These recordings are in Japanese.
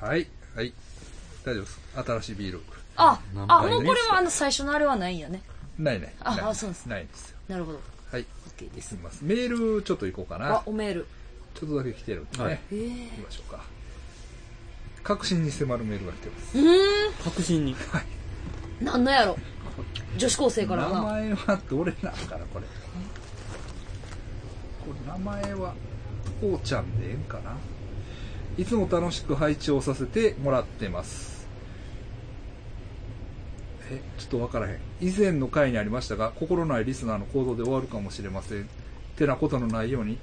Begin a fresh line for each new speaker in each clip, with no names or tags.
はいはい大丈夫です新しいビール
あ
何、
あ、
杯
もうこ
で
れ
す
はあの最初のあれはないんやね。
ないない
あ
ない
あそうです
ないんですよ
なるほど。
はい
OK です
すみませんメールちょっと行こうかな
あ、おメール。
ちょっとだけ来てるんでね、
はい
ええ
行きましょうか確信に迫るメールが来てます
うー
確信に。
ん、なんなんやろ。女子高生からか
名
な。
前はどれなんかなこれこれ名前はこうちゃんでええんかないつも楽しく配置をさせてもらってますえちょっとわからへん以前の回にありましたが心ないリスナーの行動で終わるかもしれませんてなことのないように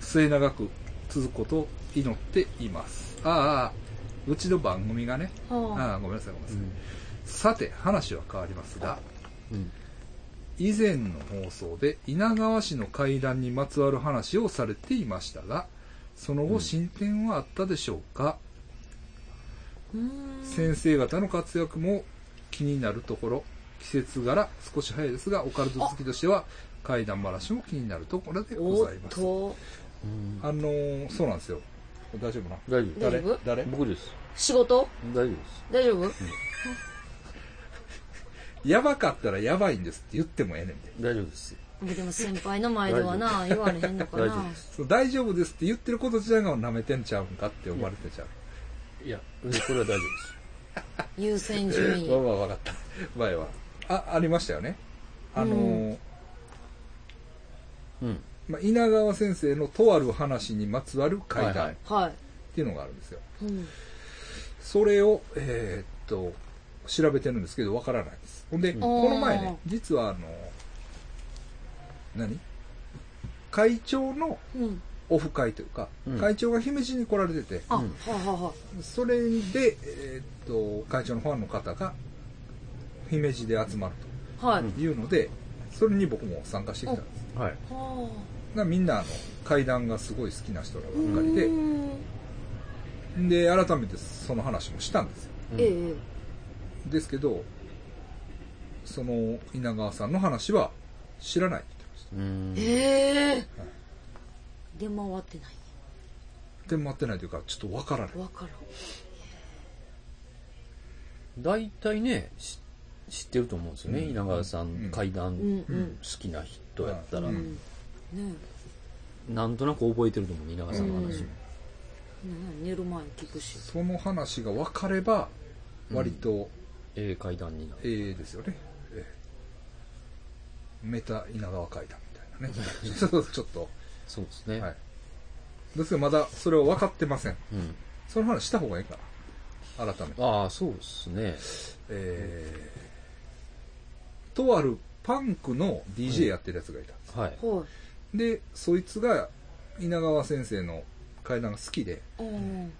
末永く続くことを祈っていますああうちの番組がね
はあ
ああごめんなさいごめんなさい、さて話は変わりますが
うん。
以前の放送で稲川氏の会談にまつわる話をされていましたがその後進展はあったでしょうか、
うーん。
先生方の活躍も気になるところ季節柄少し早いですがオカルト好きとしては怪談話も気になるところでご
おっ
ざいます
と、
うん
あのー、そうなんですよ大丈夫な
大丈夫。
大丈夫
誰
僕です。
仕事
大丈夫です。
大丈夫
やばかったらやばいんですって言ってもええねんで
大丈夫です。
でも先輩の前ではな、言われへんのか
大丈
な
夫。です。
その大丈夫ですって言ってること自体が舐めてんちゃうんかって思われてちゃう
いや、うんこれは大丈夫です。
優先順
わ
位。
わわかった前はあありましたよねあのー
うん。
まあ、稲川先生のとある話にまつわる怪
はいは
談っ
い
は
ていうのがあるんですよ、
い。うん。
それをえーっと調べてるんですけどわからないですほんで、
ん
この前ね
お
実はあの何会長の
うん。
オフ会というか、
うん
会長が姫路に来られてて
あ、は
うん
いはいはい。
それで、えーっと会長のファンの方が姫路で集まる
はい。
う
は
ん
というのでそれに僕も参加してきたんです
はい。
あ。
なみんなあの階段がすごい好きな人らば
う
っかりで
ーん
で改めてその話もしたんですよ
うん
ええ。
ですけどその稲川さんの話は知らないって言ってまし
うん。
ええ。出回ってない。
たでも待ってないというかちょっとわからない
わからん。
大体ね、し知ってると思うんですよね。
うん
稲川さん、階段
うんう
好
ん。
きな人やったら
う、ん。ねえ。ね
なんとなく覚えてると思う、稲川さんの話も。
え寝る前に聞くし。
その話が分かれば割と
ええ階段になる。
ええですよね、ええメタ稲川階段みたいなねちょっとちょっと
そうですね。
はいですけどまだそれを分かってません
うん。
その話した方がいいかな改めて
ああ、そうですね。
えーとあるパンクの DJ やってるやつがいた、
はい。
は
でそいつが稲川先生の怪談が好きで、
い。うん。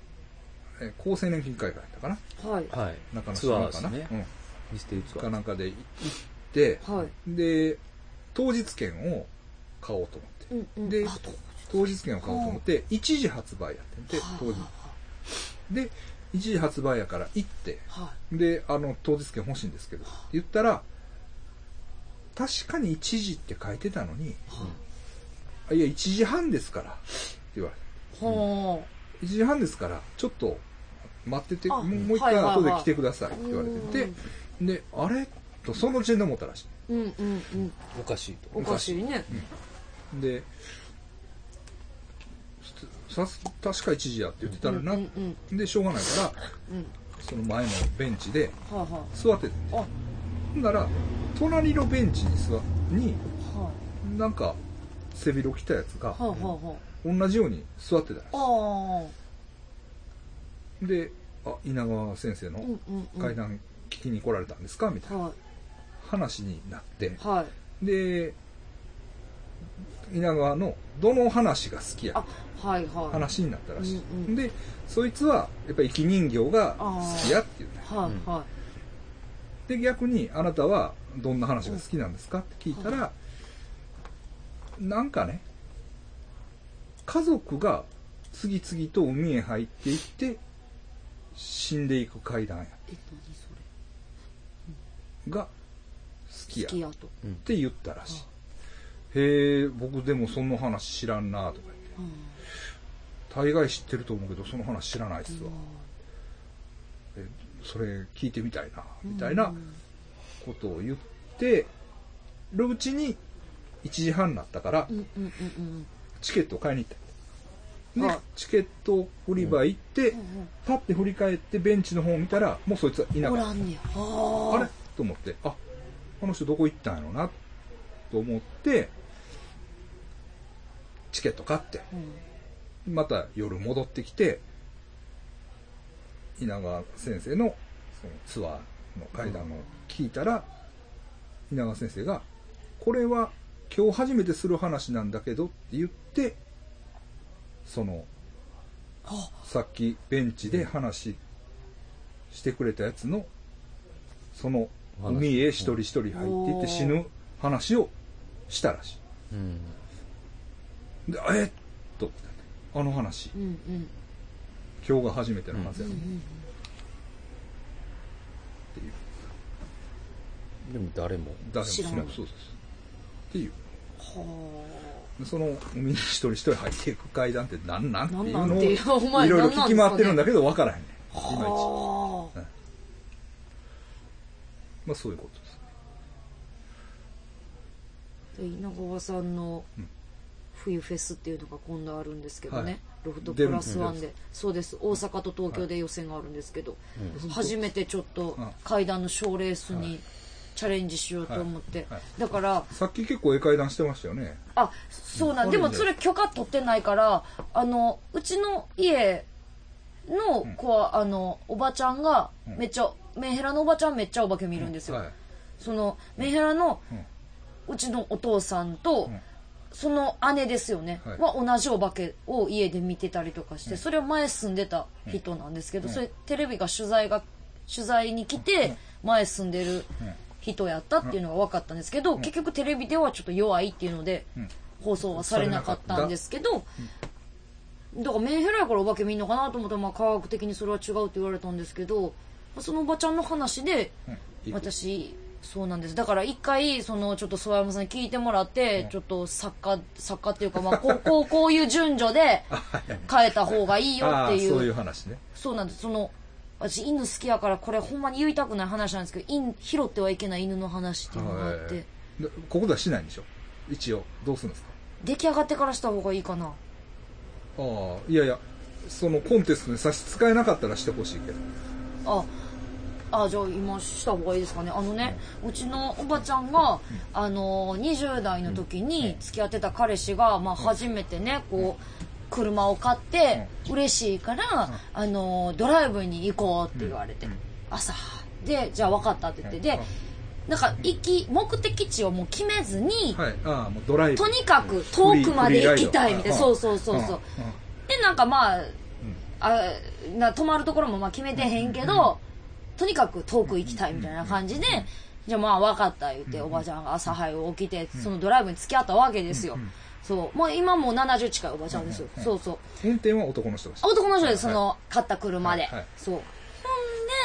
えー厚生年金会館やったかな
はい。
は
中野
い。ツアーで
か
す
な、
ね。ミステリー
うん、
ツア
か
ー。
なんかで行って、
はい。
で当日券を買おうと思って
うんうん。
で
あと。
当日券を買おうと思って一時発売やってんて
はあ
当日で一時発売やから行って
は
であの当日券欲しいんですけどって言ったら確かに一時って書いてたのに
い。はい。
あいや1時半ですからって言われて
は
1時半ですからちょっと待ってて
あ
もうもう一
は
回
いはいはい
後で来てくださいって言われ
うん
ててであれとその時点で思ったらし
あ。うんうんうん。
おかしいと。
おかしいね。
いでさす確か1時やって言ってたらな、
うんうん
でしょうがないから
うん。
その前のベンチで
はいは
座ってて
い。あ、は
ほんなら隣のベンチに座に
い。
なんか背広着たやつが
はいはいはい。
同じように座ってたらし
ああ。
いであ稲川先生の
うんうんうん。
階段聞きに来られたんですかみたいな
は
話になって
い。はい。
で稲川のどの話が好きや
あ、はいはい。
話になったらしい、
うんうん
でそいつはやっぱり生き人形が好きやって言うね
はいは
で逆にあなたはどんな話が好きなんですかって聞いたら、なんかね家族が次々と海へ入っていって死んでいく階段や
い。え、何それ。
が好きや
好きやと。
って言ったらしい。へえ、僕でもその話知らんなとか言って。
うん。
大概知ってると思うけど、その話知らないっすわ。
う
えそれ聞いてみたいな、みたいなことを言ってるうちに1時半になったから
う、んうんうん
チケットを買いに行った。
は
で
い、
チケット売り場行って、
うん
パッて振り返ってベンチの方を見たら、もうそいつはい
うん
な
お
かった
ら。んねやあ
あ
ー
れと思って、あ、この人どこ行ったんやろな、と思って、チケット買って、
うん
また夜戻ってきて、稲川先生のそのツアーの会談を聞いたら、稲川先生が、これは今日初めてする話なんだけどって言って、その、
あ
さっきベンチで話してくれたやつの、その
お話
海へ一人一人入っていっ
おー
て死ぬ話をしたらし
うん。
い。で、えっと、あの話
う、んうん
今日が初めての話や
うん
ね
うん
っていう。
でも誰も。
誰も知ら
知
な
ら
い
ん
そうですっていう
は
その海に一人一人入っていく階段って何なんってい
な
うんの
なん
を
ていうお前
いろいろ聞き回ってるんだけど分からへんね
あ
んいまいち
はあ
まあそういうことです
で稲川さんの
うん
冬フェスっていうのが今度あるんですけどね、
はい
ロフトプラスワ
出
ンでそうです大阪と東京で予選があるんですけど、
うん
初めてちょっと
うん
階段の賞レース
は
にチャレンジしようと思って、
はいはい
だから
さっき結構ええ階段してましたよね
あそうなん、
うん
でもそれ許可取ってないからあのうちの家の子は、あのおばちゃんが
うん
めっちゃ、メンヘラのおばちゃんめっちゃお化け見るんですよ、
はい
そのメンヘラの
うん
うちのお父さんと、
うん
その姉ですよね、
はい
は同じお化けを家で見てたりとかして、それは前住んでた人なんですけど、
うん
それテレビが取材が取材に来て前住んでる
うん
人やったっていうのが分かったんですけど、結局テレビではちょっと弱いっていうので
うん
放送はされなかったんですけど、だからメンヘラやからお化け見んのかなと思ったら、まあ、科学的にそれは違うって言われたんですけどそのおばちゃんの話で
うんいいこと
私そうなんですだから一回そのちょっと諏訪山さんに聞いてもらって、ちょっと作家作家っていうか、まあ、こう こうこういう順序で変えた方がいいよ
あ
っ
あ
ていう
そういう話ね
そうなんですその私犬好きやからこれほんまに言いたくない話なんですけど犬拾ってはいけない犬の話っていうのがあって、
はいでここではしないんでしょ一応どうするんですか
出来上がってからした方がいいかな
ああいやいやそのコンテストに差し支えなかったらしてほしいけど
ああじゃあ今した方がいいですかねあのね、うちのおばちゃんが、あの20代の時に付き合ってた彼氏が、まあ、初めてねこう、車を買って、嬉しいから、あのドライブに行こうって言われて、朝でじゃあ分かったって言って、でなんか行き目的地をもう決めずに、
はいああもうドライブ
とにかく遠くまで行きたいみたいなそうそうそうそう、でなんかまあ,、あな泊まるところもまあ決めてへんけど、とにかく遠く行きたいみたいな感じで、じゃあまあ分かった言って、おばちゃんが朝早う起きてそのドライブに付き合ったわけですよ、そうもう今もう70近いおばちゃんですよ、そうそう
運転は男の人がして
男の人でそ
は
の買った車で、
はいはい
そうほん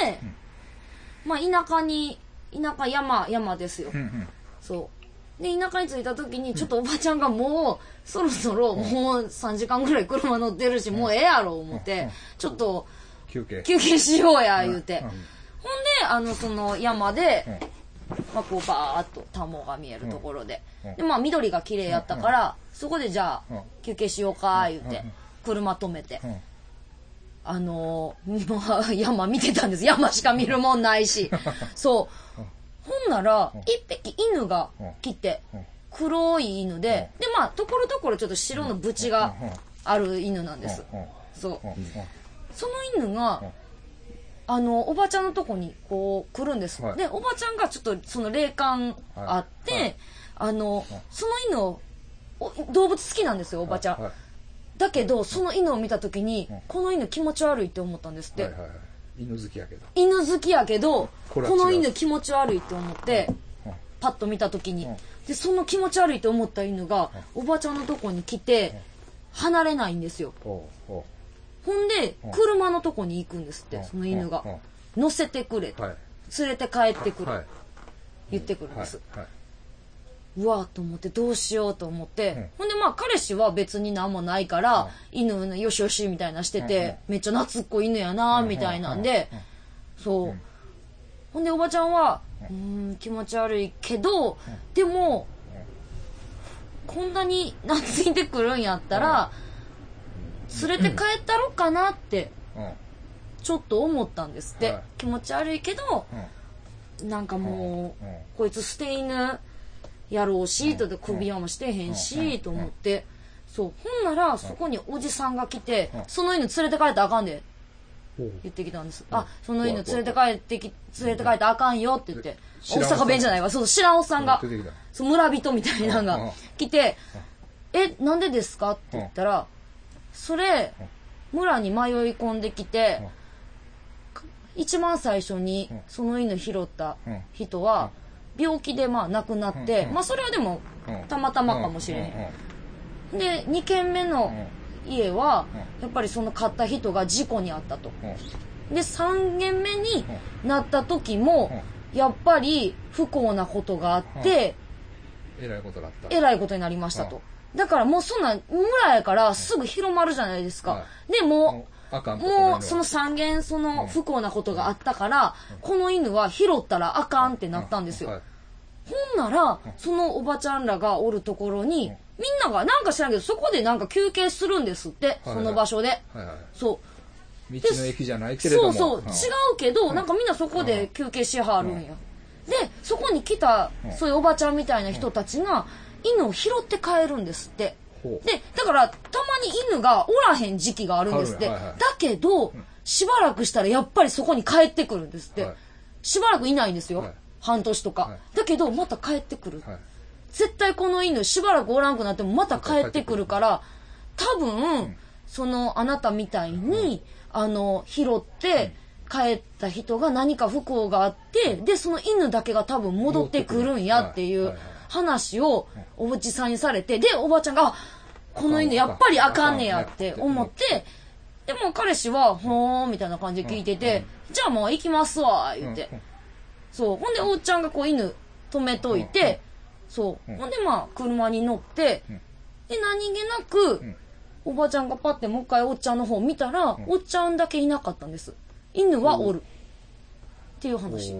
で、まあ田舎に田舎山山ですよ、
いうんうん
そう。で、田舎に着いた時に、ちょっとおばちゃんがもう、そろそろ、もう3時間ぐらい車乗ってるし、もうええやろ、思っ
う
て
ん、
ちょっと
休憩
休憩しようや、言うて。
うん
ほんで、あの、その山で
うん、
まあ、こう、バーっと田んぼが見えるところで
うん。
で、まあ、緑が綺麗やったから、そこでじゃあ
うん、
休憩しようか、言う
う
て
んうん、
車止めて
う。ん
あのーまあ、山見てたんです。山しか見るもんないし。そう。ほんなら、一匹犬が来て
うん、
黒い犬で、で、まあ、ところどころちょっと白のブチがある犬なんです。
うんうん
そう
う。んうん
その犬が
うん、
あの、おばちゃんのとこにこう来るんです。
はい
で、おばちゃんがちょっとその霊感あって、
はいはい
あの、その犬を、お動物好きなんですよ、おばちゃん。
はい
だけど、その犬を見た時に
うん、
この犬気持ち悪いって思ったんですって。
はいはいはい犬好きやけど
犬好きやけど
こ
こ
れは違う
の犬気持ち悪いって思って
うん
パッと見た時に
うん
でその気持ち悪いと思った犬がおばちゃんのとこに来て離れないんですよ
おうおう
ほんで
うん
車のとこに行くんですって
うん
その犬が
うん
乗せてくれ
はい
連れて帰ってく
はい
る言ってくるんです
はいはいう
わーと思ってどうしようと思っ
うん
てほんでまあ彼氏は別に何もないから犬のよしよしみたいなして
うんうん
てめっちゃ懐っこい犬やなーみたいなんでそ
う
う、
ん
ほんでおばちゃんは「うーん気持ち悪いけど、でも、こんなに懐いてくるんやったら、連れて帰ったろかなって
うんうん
ちょっと思ったんですって、
はい
気持ち悪いけどなんかもう、
うんうん
こいつ捨て犬やろうし、とで首輪もしてへんし、
うん
と思って、そうほんならそこにおじさんが来て、
うん
その犬連れて帰ったらあかんで
ほう
言ってきたんです、あその犬連れて帰ってき連れて帰ったらあかんよって言って
知ら
大
んおっさん
阪弁じゃないわそう知らんおっさんが、
出てきた
そう村人みたいなの
うん
が来て「えなんでですか?」って言ったら「それ村に迷い込んできて
うん
一番最初に
うん
その犬拾った
うん
人は病気でまあ亡くなって
うん
まあそれはでも
うん
たまたまかもしれ
うんうん
へんで2軒目の家はやっぱりその買った人が事故にあったと
うんうん
で3軒目になった時もやっぱり不幸なことがあって
えらいことだった
えらいことになりましたと。
は
だからもうそんなん村やからすぐ広まるじゃないですか。
は
で
も
も
うあかんと
もうその三件その不幸なことがあったから、この犬は拾ったらあかんってなったんですよ。
はい
ほんなら、そのおばちゃんらがおるところに、みんながなんか知らんけどそこでなんか休憩するんですって、
はい
その場所で。
はいは
そう。
い道
で
の駅じゃないけれど
そ
も
うそう、違
ん
うけど、なんかみんなそこで休憩しはるんや。で、そこに来た、そういうおばちゃんみたいな人たちが、犬を拾って帰るんですって。
ほう
で、だから、たまに犬がおらへん時期があるんですって。
あるはいはい
だけど、しばらくしたらやっぱりそこに帰ってくるんですって。
はい
しばらくいないんですよ。
はい
半年とか、
はい
だけど、また帰ってくる、
はい
絶対この犬しばらくおらんくなってもまた帰ってくるから多分、そのあなたみたいに、あの拾って帰った人が何か不幸があってでその犬だけが多分戻ってくるんやってい
戻
う
ってくるはいはいはい
話をおばちさんにされてでおばちゃんがあ「この犬やっぱりあかんねや」って思って。でも彼氏は、ほーんみたいな感じで聞いてて、じゃあもう行きますわ、言って。そう。ほんで、おっちゃんがこう犬止めといて、そう。ほんで、まあ、車に乗って、で、何気なく、おばちゃんがパってもう一回おっちゃんの方見たら、おっちゃんだけいなかったんです。犬はおる。っていう話。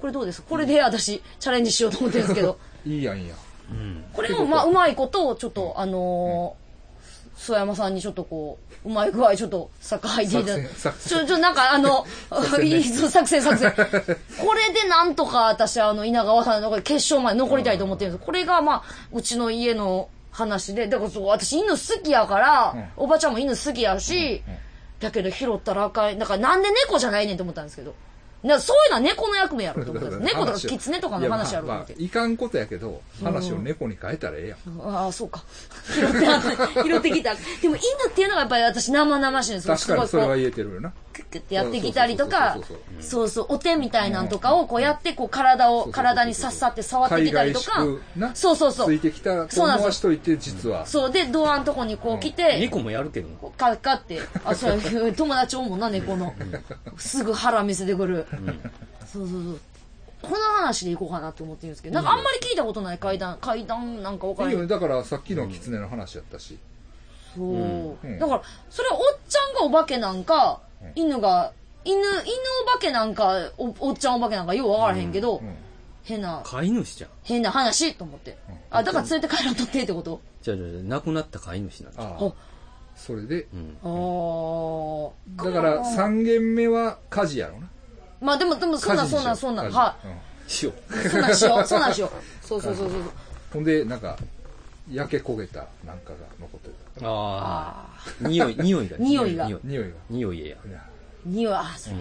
これどうですこれで私、チャレンジしようと思ってるんですけど、
いいやんいいやん
これを、まあ、うまいことを、ちょっと、あのー、曽山さんにちょっとこう、うまい具合ちょっと、坂入っていただいて。ち
作戦作
ょ、ち
戦
ょ、なんかあの、
戦ね
いいそう 作戦作戦。これでなんとか私、あの、稲川さんの決勝まで残りたいと思ってるんです。これが、まあ、うちの家の話で、だからそう、私犬好きやから、おばちゃんも犬好きやし、だけど拾ったらあかん。だからなんで猫じゃないねんと思ったんですけど。なそういうのは猫の役目やろと思ったんです。猫とか
話を
キツネとかの話やろと思って
い。やまあまあいかんことやけど話を猫に変えたらええやん
ああ、そうか。 拾ってなかった。拾ってきた。でも犬っていうのがやっぱり私生々しいんですよ。
確かに
す
そ
ご
れ
いこ
は
う、
言えてるよな
クックってやってきたりとか
そうそうそうそう、
そうそう、お手みたいなんとかをこうやって、こう体を、
そうそうそう
体にさっさって触ってきたりとか
海外宿、な
そうそうそ
つ
う
い。てきたと
そう
思
なんですよ
わしといて実は
そう、で、ドアのとこにこう来て、
猫もやるけどな。
こうかかって、あ、そう、 友達おんもんな、猫の。すぐ腹見せてくる。そうそうそう。この話でいこうかなと思ってるんですけど、なんかあんまり聞いたことない階段、階段なんかわか
い
らないい
よねだからさっきの狐の話やったし
そう、
ん
だからそれはおっちゃんがお化けなんか、犬が犬犬お化けなんかおおっちゃんお化けなんかよう分からへんけど、変な
飼い主じゃん。
変な話と思って、あだから連れて帰らんとってってこと
じゃあじゃあじゃあ亡くなった飼い主なんだ。
あ
あ
あそれで
あー
だから3軒目は火事やろな
まあでもでもそんなんそんなんそんなんは
うん
しよう。
いそんなんしようそんなんしよ うそうそうそうそう
ほんでなんか焼け焦げたなんかが残ってた
ああ。匂い、匂いが。
匂いが
匂い
匂いが
匂いええや。
いや
匂いあそれ、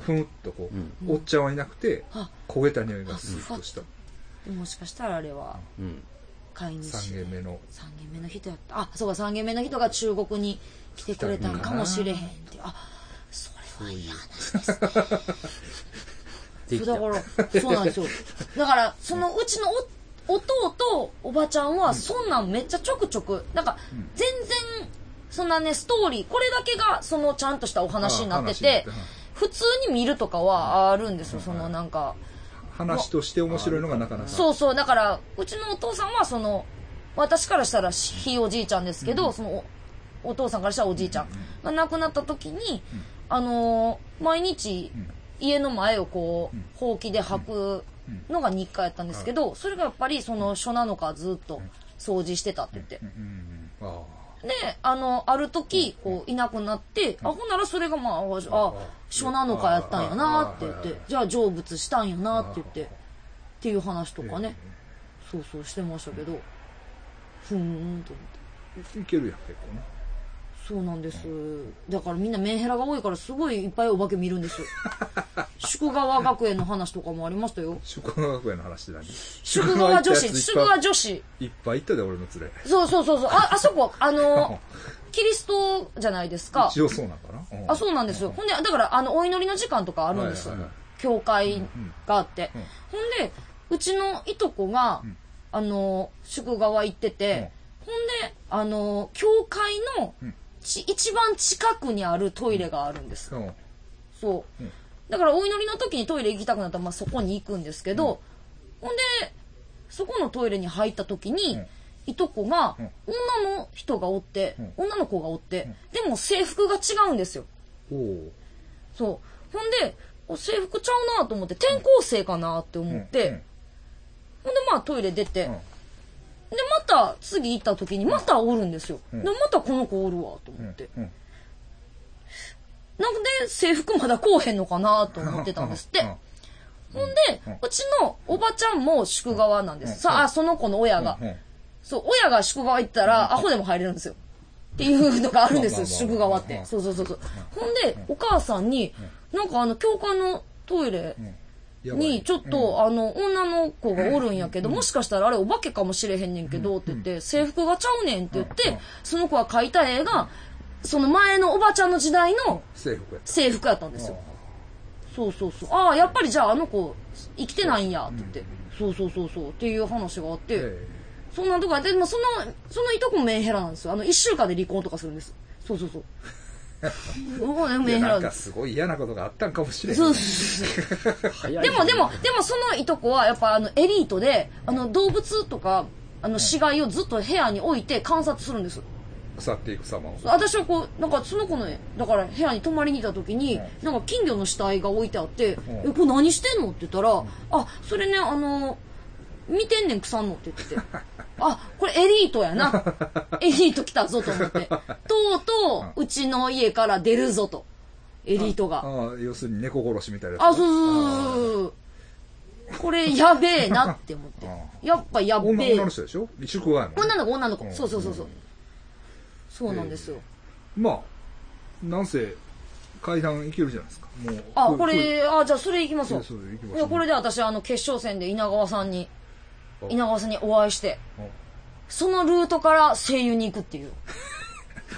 ふんっとこう、おっちゃんはいなくて
あ
焦げた匂いがスーッとした
もしかしたらあれは
うん。
飼い主
3軒目の
3軒目の人やったあそうか3軒目の人が中国に来てくれたんかもしれへんっていうあそれはいい話ですね
でき
だ
た。
から そうなんですよだからそのうちのお弟とおばちゃんはそんなんめっちゃちょくちょくなんか全然そんなねストーリーこれだけがそのちゃんとしたお話になってて
あ話になって
普通に見るとかはあるんですよそのなんか。
話として面白いのがなかなか
そうそう、だから、うちのお父さんは、その、私からしたらひいおじいちゃんですけど、そのお、お父さんからしたらおじいちゃんが亡くなった時に、あのー毎日
うん
家の前をこ
うん
う、ほうきで履くのが日課やったんですけど、それがやっぱりその初なのかずっと掃除してたって言って
う。んうんうんあ
で、あの、ある時、こう、いなくなって、あ、ほんならそれがまあ、あ、あ書なのかやったんやなって言っ
はいはい
て
はい、
じゃあ成仏したんやなって言って、っ
あ
ていう話と
あ
かね、そうそうしてましたけど、ふーんと思って。
いいけるやん結構な
そうなんです。だからみんなメンヘラが多いからすごいいっぱいお化け見るんですよ。宿川学園の話とかもありましたよ。
宿川学園の話だね
宿川女子、宿
宿
川
川
女子。
いっぱい行ったで俺の連れ
そうそうそうそう。あ、あそこ、あ の、キリストじゃないですか。
一応そうなんかなうん
あ、そうなんですよ。ほんで、だから、あの、お祈りの時間とかあるんです
はいはいはい。
教会があって
うんうん。
ほんで、うちのいとこが、あの、宿川行ってて、ほんで、あの、教会の
うん
ち、一番近くにあるトイレがあるんです。
そう
そう
うん。
だから、お祈りの時にトイレ行きたくなったら、まあ、そこに行くんですけど、ほんで、そこのトイレに入った時
う
に
ん、
いとこが
うん、
女の人がおって
うん、
女の子がおって、でも制服が違うんですよ。
おお
そう。ほんで、お制服ちゃうなと思って、転校生かなって思って、ほんでまあトイレ出て、でまた次行った時にまたおるんですよ。
うん
で、またこの子おるわと思って。なんで制服まだこうへんのかなと思ってたんですって。ほんで
うん、
うちのおばちゃんも宿川なんで
うん
す。さあ、あその子の親が。そう、親が宿川行ったら、アホでも入れるんですよ。っていうのがあるんですよ、
まあまあまあ
宿川っ
う
て。
ん
そうそうそうそう。ほんで、お母さんに、なんかあの、教官のトイレ、に、ちょっと、あの、女の子がおるんやけど、もしかしたらあれお化けかもしれへんねんけど、って言って、制服がちゃうねんって言っ
うん
て、その子が描いた絵が、その前のおばちゃんの時代の
制服やった
制服やったんですよ。そうそうそう。ああ、やっぱりじゃああの子、生きてないんや、って言って。そうそうそうそう、っていう話があって、
え
そんなんとか、でもその、そのいとこもメンヘラなんですよ。あの、一週間で離婚とかするんです。そう そうそう。もうね
えい
メ
や
ンヘ
な
ラ
ん
で
か
す。
すごい嫌なことがあったんかもしれん
そうそうそう。
早い
でもでも、でもそのいとこはやっぱあのエリートで、あの動物とか、あの死骸をずっと部屋に置いて観察するんです。
腐っていく様を
私はこう、なんかその子の、だから部屋に泊まりにいた時に、なんか金魚の死体が置いてあって、え、
うん
これ何してんのって言ったら、あ、それね、あの、見てんねん腐んのって 言ってて。あ、これエリートやな。エリート来たぞと 思って。とうとう、うちの家から出るぞと。エリート
ああ
が。
要するに猫殺しみたいなやつ
あ、そうそうそうそうそう。これやべえなって思って
あ。
やっぱやっべ
女
え。
女の人でしょ宿川やもんね
女の子、女の子。
うん
そうそうそうそう
う。
そうなんですよ。
まあなんせ階段いけるじゃないですかもう
あ、これ、あ、じゃあそれ行きます
そ
よ
う。そう行きましょう
いや、これで私、あの、決勝戦で稲川さんに、
あ
稲川さんにお会いして、
うん
そのルートから声優に行くっていう。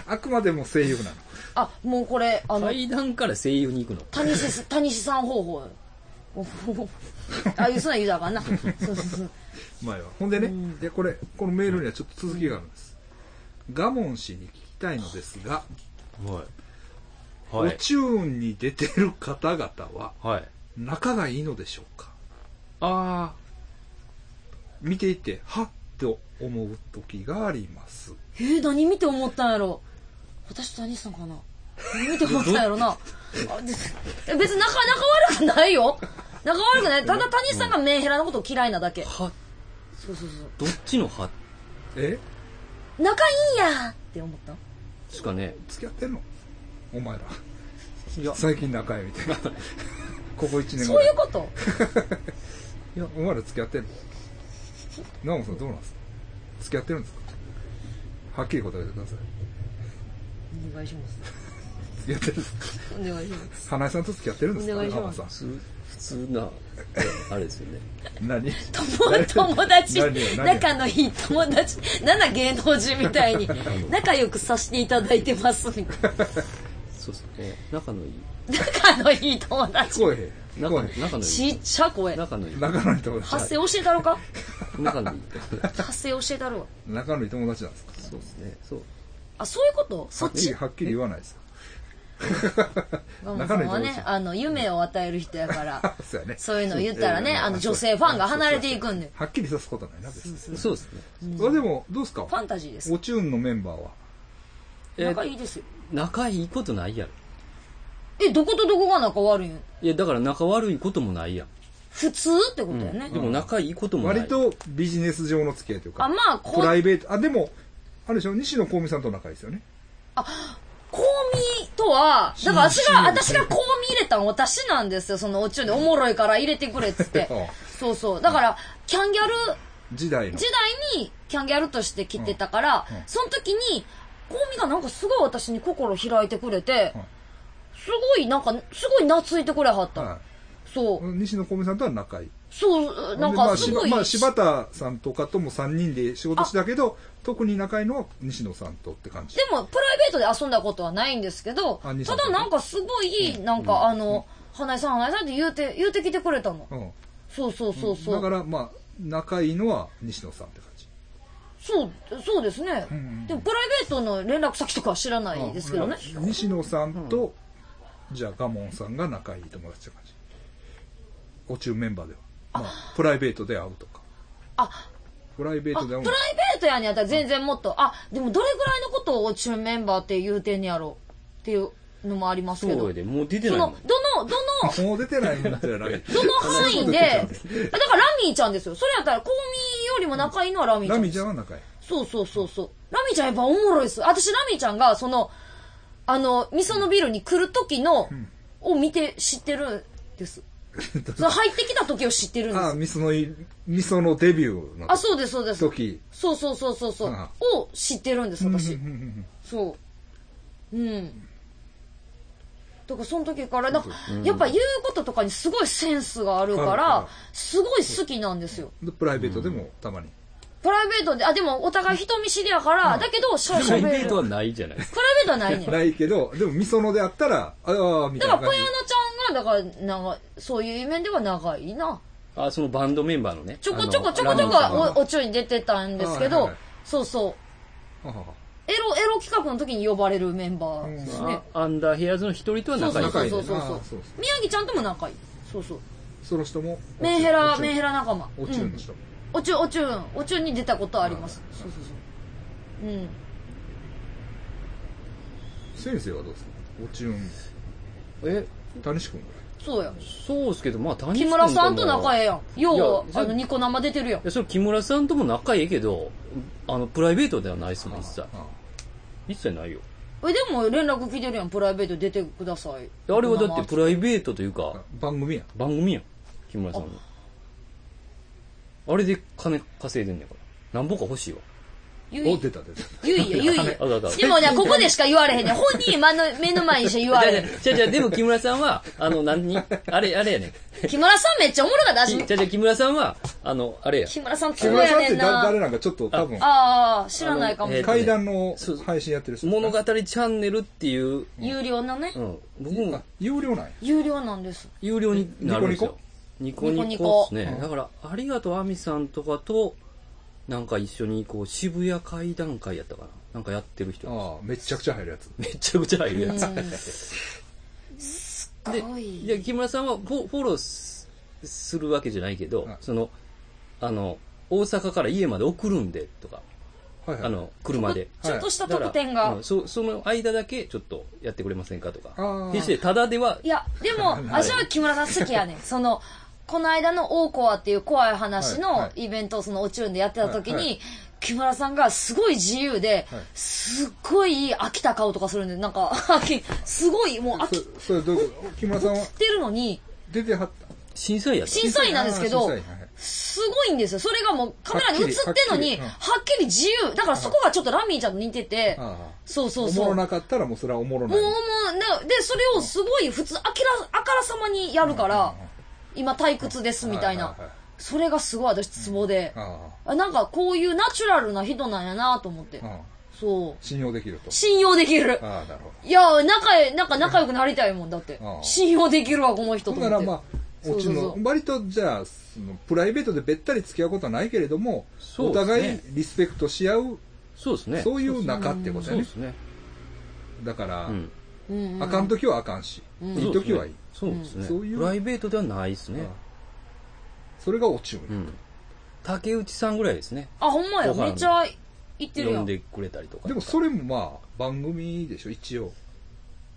あくまでも声優なの
あ、もうこれ、あの、
階段から声優に行くの
谷志谷志さん方 法。おほほあ、言うそんなん言うたらあかんな。そうそうそう。
前はほんでね、いやこれこのメールにはちょっと続きがあるんです、ガモン氏に聞きたいのですが、
はい
お
は
お
い
中運に出てる方々は
はい
仲がいいのでしょうか
あ
見ていてはっと思う時があります
えー、何見て思ったんやろ私と兄さんかな何見て思ったんやろなあでえ別に仲仲悪くないよ仲悪くないただ谷さんがメンヘラのこと嫌いなだけ
あは
そうそうそ
どっちのは
え
う仲いいんやって思った
しかね
付き合ってんのお前ら
いや
最近仲いいみたいな ここ1年
そういうこと
いやお前ら付き合ってんのナモさんどうなんですか付き合ってるんですかはっきり答えてください
お願いします
付き合ってるんですか
お願いします
花井さんと付き合ってるんですか
お願いし
ナモ
ます
さん
普通普通なあれですよね
何
友友達
何よ何よ
仲のいい友達7芸能人みたいに仲良くさせていただいてますみたいな
そうですね仲のいい
仲のいい友達
聞こえへん聞
仲
こ
の
え
仲のい
ちっ
い
ちゃ声
仲のい
へん
い
仲のいい友達
発声教えたろか
仲のいい
発声教えたるわ
仲のいい友達なんですか
そうですねそう
あそういうことそ
は
っ
っきり
ち
はっきり言わないですか仲のいい
ガモさんはね
友達
あの夢を与える人やから
そうやね
そういうの言ったらね
ええ
あの
そう
女性ファンが離れていくんで
はっきりさすことないな別に
そうですね
あでもどうですか
ファンタジーです
おチューンのメンバーは
え
仲いいですよ
仲いいことないやろ
えどことどこが仲悪いん
いや、だから仲悪いこともないやん。
普通ってことだよね、
でも仲いいこともない。
割とビジネス上の付き合いというか、
あまあこ
プライベート、あ、でも、あるでしょ、西野幸美さんと仲いいですよね。
香味とは、だから私が、
うん
私が香味入れたん私なんですよ、そのお中で。おもろいから入れてくれっつっ て
ああ。
そうそう。だから、キャンギャル
時代の
時。代にキャンギャルとして来てたから、
うんうん
その時に、香味がなんかすごい私に心開いてくれて
うん、
すごいなんか、すごい懐いてくれはった。
はい
そ。
う西野幸美さんとは仲いい。
そう、なん
ま
か
あ、
す
しば
ごい。
まあ、柴田さんとかとも3人で仕事してたけど、特に仲いいのは西野さんとって感じ
で。も、プライベートで遊んだことはないんですけど、
あ兄さ
た
んと
だなんかすごい、なんかあの、花井さん花井さんって言うて、言うてきてくれたの。
うん。
そうそうそうそう。
だから、まあ、仲いいのは西野さんって感じ。
そう、そうですね。
んうん
でも、プライベートの連絡先とかは知らないですけどね。
うん西野さんと、じゃあ、ガモンさんが仲いい友達って感じ。お中メンバーでは。まあ、プライベートで会うとか。
あ、
プライベー
あ、
ト
プ
で
ラ
会
イ
う
ベートやにやったら全然もっと、あ、でもどれぐらいのことを中メンバーって言うてんやろっていうのもありますけ
そう
ど
や。で、もう出て
そ
ないも
の
ん。、
どの、ど の、
もう出てないもんじゃない。
どの範囲で、だからラミーちゃんですよ。それやったら、コウミよりも仲いいのはラミーちゃ
ラ
ん
ミ
で
ち
す。
ゃんは仲いい。
そうそうそうそう。ラミーちゃんやっぱおもろいっす。私ラミーちゃんが、その、あの、味噌のビルに来る時の、を見て知ってるんです。その入ってきた時を知ってるんです
ああ、。ミソのい、ミソのデビューの
あ、そうです、そうです。
時。
そうそうそうそうそう。
あ
を知ってるんです、私。そう。うん。だからその時から、なんか、やっぱ言うこととかにすごいセンスがあるか
あるから
ら、すごい好きなんですよ。
でプライベートでもたまに。
プライベートで、あ、でもお互い人見知りやから、だけど、しゃ
プラ
べる。
イベ
プライ
ー
ベー
ト
ト
はないじゃないですか。
はないね ん。だか
ないけど、でもミソのであったら、ああ、みたい
ら、
な
小
感
山ちゃんが、だから、なんか、そういう面では長いな。
あ、そのバンドメンバーのね。
ちょこちょこちょ
あ
こちょ
のラムさん
こお、おちょいに出てたんですけ
あはい
ど
はい、
そうそ
じ。
う。
あ
エロ、エロ企画の時に呼ばれるメンバーですね。
あアンダーヘアーズの一人とは
そう
仲
そ
いうい。
そ
仲
う
いいね
そうそう
あーそうそう
宮城ちゃんとも仲いいそうそう
その人も。
メンヘラ
お中
メンヘラ仲間
お中の人。
おちゅおちゅんおちゅんに出たことはありますそうそうそううん
先生はどうですかお中の。
え、
谷志くんぐ
そうや
そうっすけど、まあ、谷
木村さんと仲ええ
え。
やんよ
いうや
あのニコ生出てるやん
いや、それ木村さんとも仲ええけど、あの、プライベートではないっすも
らい。
ん、一切
あ。あ
一切ないよ。
えでも連絡来てるやんプライベート出てください
あれはだってプライベートというか、
番組やん。
番組やん。木村さんの。あれで金稼いでんねんから。なんぼか欲しいわ。
ゆ
お、
い
出た出た。
ゆいやゆいや
ああああ
でもねここでしか言われへんねん本人今の目の前にして言われへん
じゃじゃでも木村さんは、あの、何に、あれ、あれやねん。
木村さんめっちゃおもろかった私
じゃじゃ木村さんは、あの、あれや。
木村さん
木
強
村さ
や
んっ
ね
て
ん
だ誰
な
なんかちょっと多分、
ああ知らないかも
あのえー
階段の配信やってる人。
物語チャンネルっていう、
有料のね
うん、僕も
あ、有料なんや。
有料なんです
有料になるんですよ。ニコニ
ニコ
コ
ニ
ニ
コ
コですね。だから、ありがとうあみさんとかと、なんか一緒に、こう、渋谷会談会やったかな。なんかやってる人。
ああ、めちゃくちゃ入るやつ。
めちゃくちゃ入るやつ。
すごい
で、木村さんはフォフォローすするわけじゃないけど、
はい
その、あの、大阪から家まで送るんで、とか、
はいはい。
あ、の、車 で。
ちょっとした特典
だか
が、
らうんそその間だけちょっとやってくれませんかと
あ
か
ー
決してただではい
やでも私は木村さん好きや ねんそのこの間の大コアっていう怖い話
はい
の
はい
イベントをそのお中んでやってた時に、
はいはい
木村さんがすごい自由で、
はい
すっごい飽きた顔とかするんでなんか飽きすごいもう飽き
そそれどういうこと木村さんは
てるのに
出てはった。
審査員やった
審査員なんですけど
ああ審査員はいはい
すごいんですよそれがもうカメラに映ってんのには
はっきりはっきりうん
っきり自由だからそこがちょっとラミーちゃんと似てて
ああ
そうそう
お
そう
もろなかったらもうそれはおもろな
も、
いう
もう、なで、それをすごい普通、あきら、あからさまにやるから、今退屈ですみたい
は
ない
はいはい。
それがすごい私、ツボで。
あ
あなんかこういうナチュラルな人なんやなと思って
あ。ああ
そう。
信用できると
信用できる。
ああなるほど
いや、仲え、なんか仲良くなりたいもんだって
あ。あ
信用できるわ、この人と
だからま
思
あ
って。
おち
そうそう
の
そう
割とじゃあそのプライベートでべったり付き合うことはないけれども、
そう
お
ですね
互いリスペクトし合う
そうですね
そういう仲ってこと
そう
や
で
ね
すね
だから、
うん
うんうん
あかん時はあかんし、いい時はいい
そうですね
そういう
プライベートではないですね
ああそれがおちゅう
うん竹内さんぐらいですね
あ、ほんまや。
ご飯
めっちゃ言ってるや
呼ん
ん。
でくれたりとか
でもそれもまあ番組でしょ一応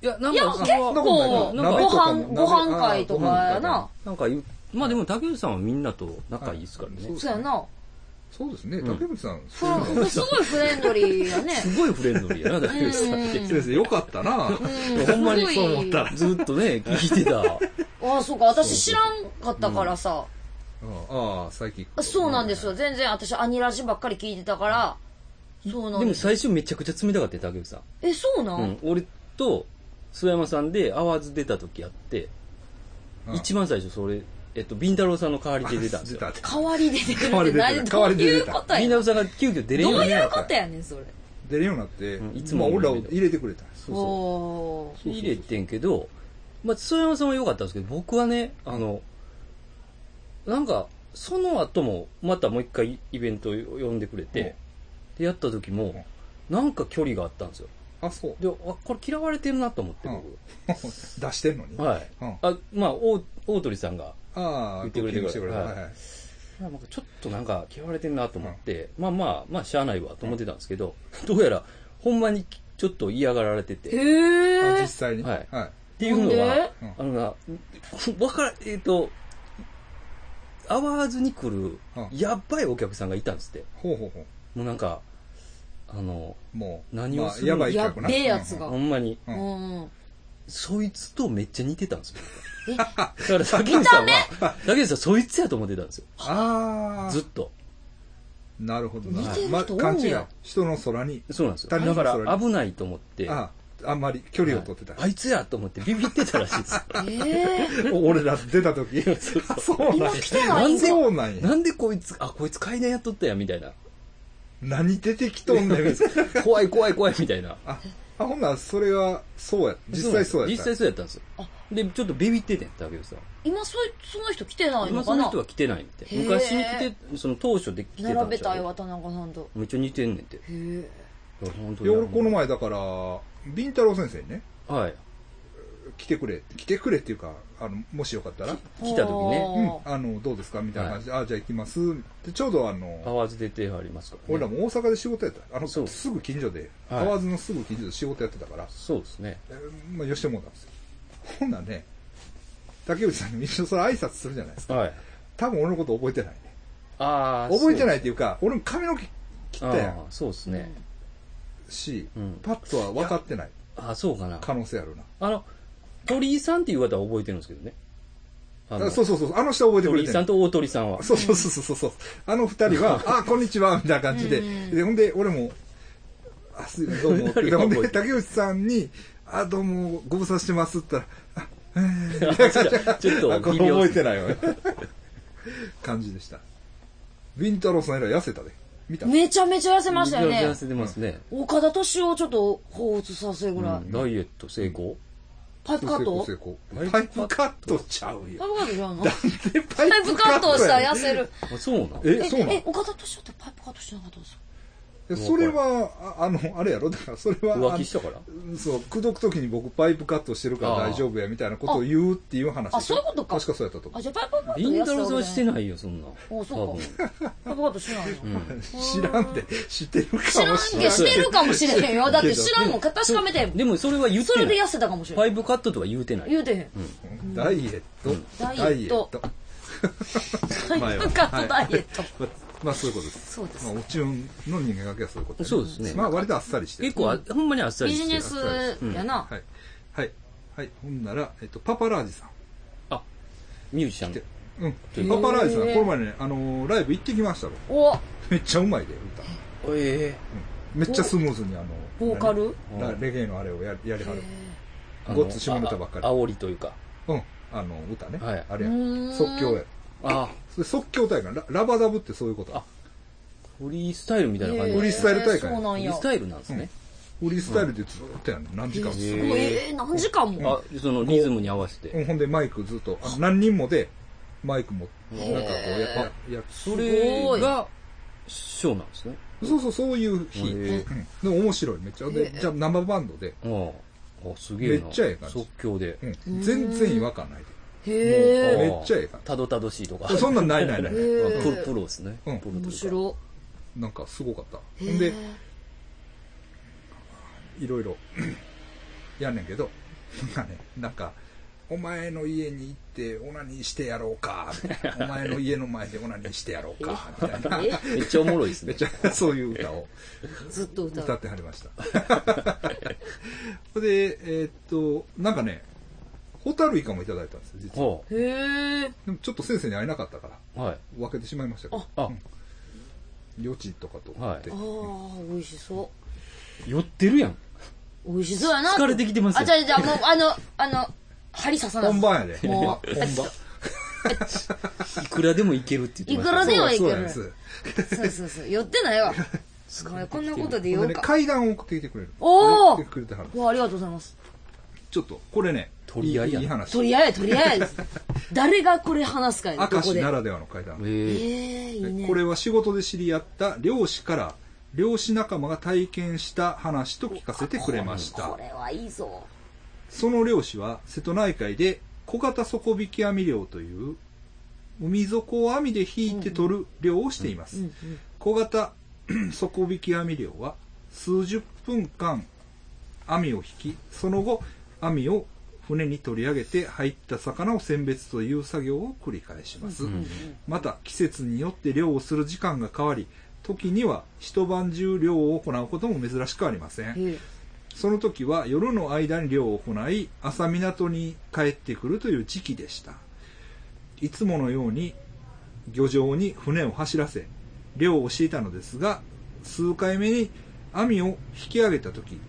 いや、なん
いや
か、
結
それは
構
そ
ご
んなことな
飯
いな
ご飯会とかやな
なんか言う、まあでも竹内さんはみんなと仲いいですから
はい
ね。
そう
そうやな
そうですね
うん
竹内さん
ふ
そういうの
んすごいフレンドリーやね
すごいフレンドリーやな、竹内さんっ
う
て。
先生よかったな
うん
ほんまに
すごい
そう思ったら。ずっとね、聞いてた。
ああそうか私知らんかったからさ、
ああサイキック
そうなんですよ全然私アニラジばっかり聞いてたからそうなん
で
で
も
す
最初めちゃくちゃ冷たかったよ、竹内さ
えそうなん
ん。、うん。俺と、須山さんで、淡津出た時あって、
うん
一番最初それ、えっと、ビンタロウさんの代わりで出たんです
出
よ。
た
代わりで出てるって
代わりで出てる
何
代わりで
ど
出
ういう
てた
ことや
ビンタロウさんが急遽出れん
ど
よう
う
に
い
な
うことやねんそれ
出れるようになって、
うんいつも
まあ、俺らを
俺らを
入れてくれた
そうそう
おー
入れてんけど、まあ、須山さんは良かったんですけど、僕はね、あの、なんか、その後も、またもう一回イベントを呼んでくれて、で、やった時も、なんか距離があったんですよ。
あそう
で、あ、これ嫌われてるなと思って、僕。
出してんのに、
はい。
うん
あ、まあ、大大鳥さんが、
ああ
言ってくれてる
ブッキングしてくれた、
はい
はいはい
なんかちょっとなんか嫌われてるなと思って、まあまあ、まあ、しゃあないわと思ってたんですけど、 どうやら、ほんまにちょっと嫌がられてて、っ
へ
あ
え
実際に、
はい
はい
ていうの
なん
が
で、
あのな、わから、えっ、と、アワーズに来る
うん、
やっばいお客さんがいたんですって。
ほうほうほ
もうなんか、あの、
うもう
何をする
まあ、やばい
や
企
っ
画
べえやつが
ほんまに、
うん
うんうん
そいつとめっちゃ似てたんですよ。
え
だから、竹内さんは、竹内さんそいつやと思ってたんですよ。
ああ
ずっと。
なるほどな
似てる人
ま
多いんや
勘違い人の空に
そうなんですよ。
他人
だ
の
か
それ
ら、危ないと思って、
あああんまり距離を取ってた、
はいあいつやと思ってビビってたらしいですよ。
え え
お俺ら出た時
そうそう
あそうなんや
今来てないんだ
そうなんや
なんでこいつ、あ、こいつ階段やっとったや、みたいな。
何出てきとんねんみたいな
怖い怖い怖い、みたいな。
ああほんならそれはそうや実際そうや
実
った
際そうやったんですよ。で、ちょっとビビっててん、竹内さん。
今そいその人来てないの
今
か
その
な
人は来てないみたい
へー
な。昔来て、その当初で来てた
並
んで
べ
すよ
たい。わ田中さんと
めっちゃ似てんねんて。い
へえ
や、本当
い
に。
や俺この。前だからビンタロウ先生にね
はい。
来てくれ来てくれっていうかあのもしよかったら
来た時ね、
うん、あのどうですかみたいな感じで、あじゃあ行きますでちょうどあ
パ
の
ワーズ出てはりますから、ね。
俺らも大阪で仕事やったあの
そう
すぐ近所で
はい
河津、のすぐ近所で仕事やってたから、
そうですね。
えーまあ、吉田もうたんですよほんならね竹内さんに一緒にそれ挨拶するじゃないですか
はい。
多分俺のこと覚えてないね
ああ、。
覚えてないいっていうか俺も髪の毛切ったやん
ああ、そうですね。
し、
うん
パッとは分かってない
ああ、そうかな。
可能性あるな
あの、鳥居さんっていう方は覚えてるんですけどね。あ
あそうそうそうあの人覚えてく
鳥
れ
居
て
さ
る
んと大鳥さんは。
そうそうそうそうそう。あの二人 は、あ、こんにちは、みたいな感じで。で、ほんで、俺も、あ、すどう もって。でほんで、竹内さんに、あ、どうも、ご無沙汰してますって言ったら、
あちょっと ちょっと
あ、これ
微妙
覚
っ
え
す
てないわ。 感じでした。ビンタロウさんえらい痩せたで。見た、
めちゃめちゃ痩せましたよ
めちゃ
ね
くちゃ痩せてますね。
岡田敏夫をちょっと彷彿させるぐらい、
ダイエット成功
パイプカット
成功成功パイプカットちゃう
パ
よ。
イプカットじゃんの
でパ
パイプカットしたら
や
痩せる。
あ、そうなん
え、そうなの
え、岡田敏夫ってパイプカットしてなかったんですか
いやそれは、ああの、あれやろだから、それは。
浮気したから
あのそう、口説くときに僕パイプカットしてるから大丈夫や、みたいなことを言うっていう話でしょ。
あそういうことか
確かそうやったと思
あ、じゃあパイプカット
ビンダロウさんは
痩
し
せ
て
るわ
ないよ、そんな。
おそう
か。
けパイプカットしてないの、
う。 知らんで、知ってるかもし
知
れ
ら
なんい。
けど、してるかもしれへんよ。だって知らんもん、確かめてんもん
でもそれは言って
それ
な
で
い
痩。せたかもしれ
ファ
ない。
イブカットとは言うてない。
言うてへん。
ダイエット。
ダイエット
ダイエ
パイプカットダイエット。
まあまあ、そういうことです。
そうです
まあ、お中の人間がけはそういうこと
そうですね
まあ、割とあっさりしてる
結構あ、ほんまにあっさり
ビ
し
ジ
て
ネ
る。
スやな。
はい。はい。はい。ほんなら、えっと、パパラージさん。
あ、ミュージシャン。
うん。パパラージさん、この前ね、あのーライブ行ってきましたろ。
お、
めっちゃうまいで、歌。
え
めっちゃスムーズにあの
ボーカル
何ラレゲエのあれをややりはる
え。
ごっつ下ネタばっかり
あ煽りというか。
うんあの歌ね、
はい
あれや
うーん
即興や
あ、
それ即興大会ララバダブってそういうこと
あフリースタイルみたいな感じ。
フリースタイル大会
えーそうなん
フリー
や
ス。タイルなんですね。
フリースタイルでずーっとやんの何時間も、
すごい、えー、何時間も。
あ、そのリズムに合わせ
う
て。
ん、ほんでマイクずっとあ何人もでマイクもなんかこうややや
そ
すご
れ
い
が、ショーなんですね。
そうそうそういう日、
へー
うん、でも面白いめっちゃでじゃあ生バンドで、
ああ、すげえな。
めっちゃええ感じ
即興で。
うん、全然違和感ないで
へえ。
めっちゃええ感じ
たどたどしいとか。
そんなんないないない
へ
まあ
ー
プロプロですね。
うん
プロというか
面白
なんかすごかった。
い。
ほん
へ
で
ー、
いろいろ やんねんけど、なんかね、なんか、お前の家に行ってオナニーしてやろう か、みたいなお前の家の前でオナニーしてやろうか、みたいな、
え
めっちゃおもろいです
めっ
ね
ち。ゃ そういう歌を
ずっと歌う
歌ってはりました。 で、えーっと、なんかね、ホタルイカもいただいたんですよ、実は。
は
へえ
でもちょっと先生に会えなかったから、
あ、はい。
分けてしまいましたけど、
あ、
余地とかと思って
あ。あ美味しそ
寄ってるやん。
う美味しそうやな
疲れてきてますよ
あじゃあじゃあもうあのあの針刺さない
本番や で。
もう
本番。
いくらでもいけるって言ってました。
いくらでもいける
そうなんです。
そうそうそう寄ってないわこれこんなことで
ほ
酔
んで
う
ね、
か
階段を送ってきてくれる。
おー
送ってくれてはる。
わありがとうございます
ちょっと、これね、
取り合いやない
い話。
とりあえずとりあえず誰がこれ話すかや
明
ここ
石
で
ならではの階段。
え
ええ
えいいね
これは仕事で知り合った漁師から漁師仲間が体験した話と聞かせてくれました
これはいいぞ
その漁師は瀬戸内海で小型底引き網漁という海底を網で引いて取る漁をしています、
うんうん
小型 底引き網漁は数十分間網を引きその後網を船に取り上げて入った魚を選別という作業を繰り返します、
うん
また季節によって漁をする時間が変わり時には一晩中漁を行うことも珍しくありません
へえ
その時は夜の間に漁を行い朝港に帰ってくるという時期でしたいつものように漁場に船を走らせ漁をしていたのですが数回目に網を引き上げた時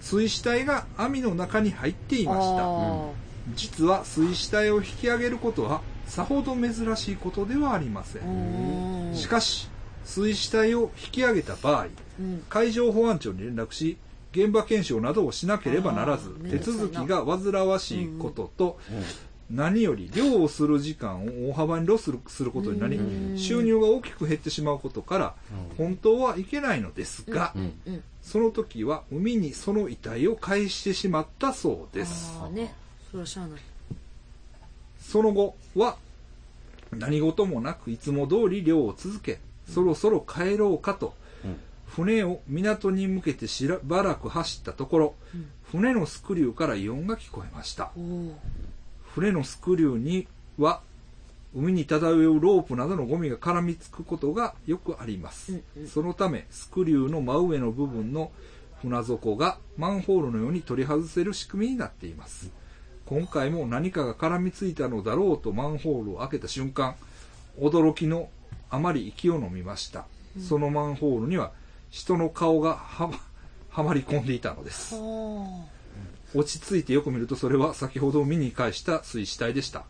水死体が網の中に入っていました
あ
実は水死体を引き上げることはさほど珍しいことではありませ
ー
ん
うん
しかし水死体を引き上げた場合
うん
海上保安庁に連絡し現場検証などをしなければならず
あー
手続きが煩わしいことと、
んうん
何より漁をする時間を大幅にロスするすることになり、
うん
収入が大きく減ってしまうことから本当はいけないのですが、
うん。
うん
その時は海にその遺体を返してしまったそうです。
ああねそれはしゃあない
その後は何事もなくいつも通り漁を続けそろそろ帰ろうかと
うん
船を港に向けてしばらく走ったところ
うん
船のスクリューから異音が聞こえました
おお
船のスクリューには海に漂うロープなどのゴミが絡みつくことがよくあります、
うんうん
そのためスクリューの真上の部分の船底がマンホールのように取り外せる仕組みになっています今回も何かが絡みついたのだろうとマンホールを開けた瞬間驚きのあまり息を飲みました、そのマンホールには人の顔がはまはまり込んでいたのです
は
落ち着いてよく見るとそれは先ほど見に返した水死体でした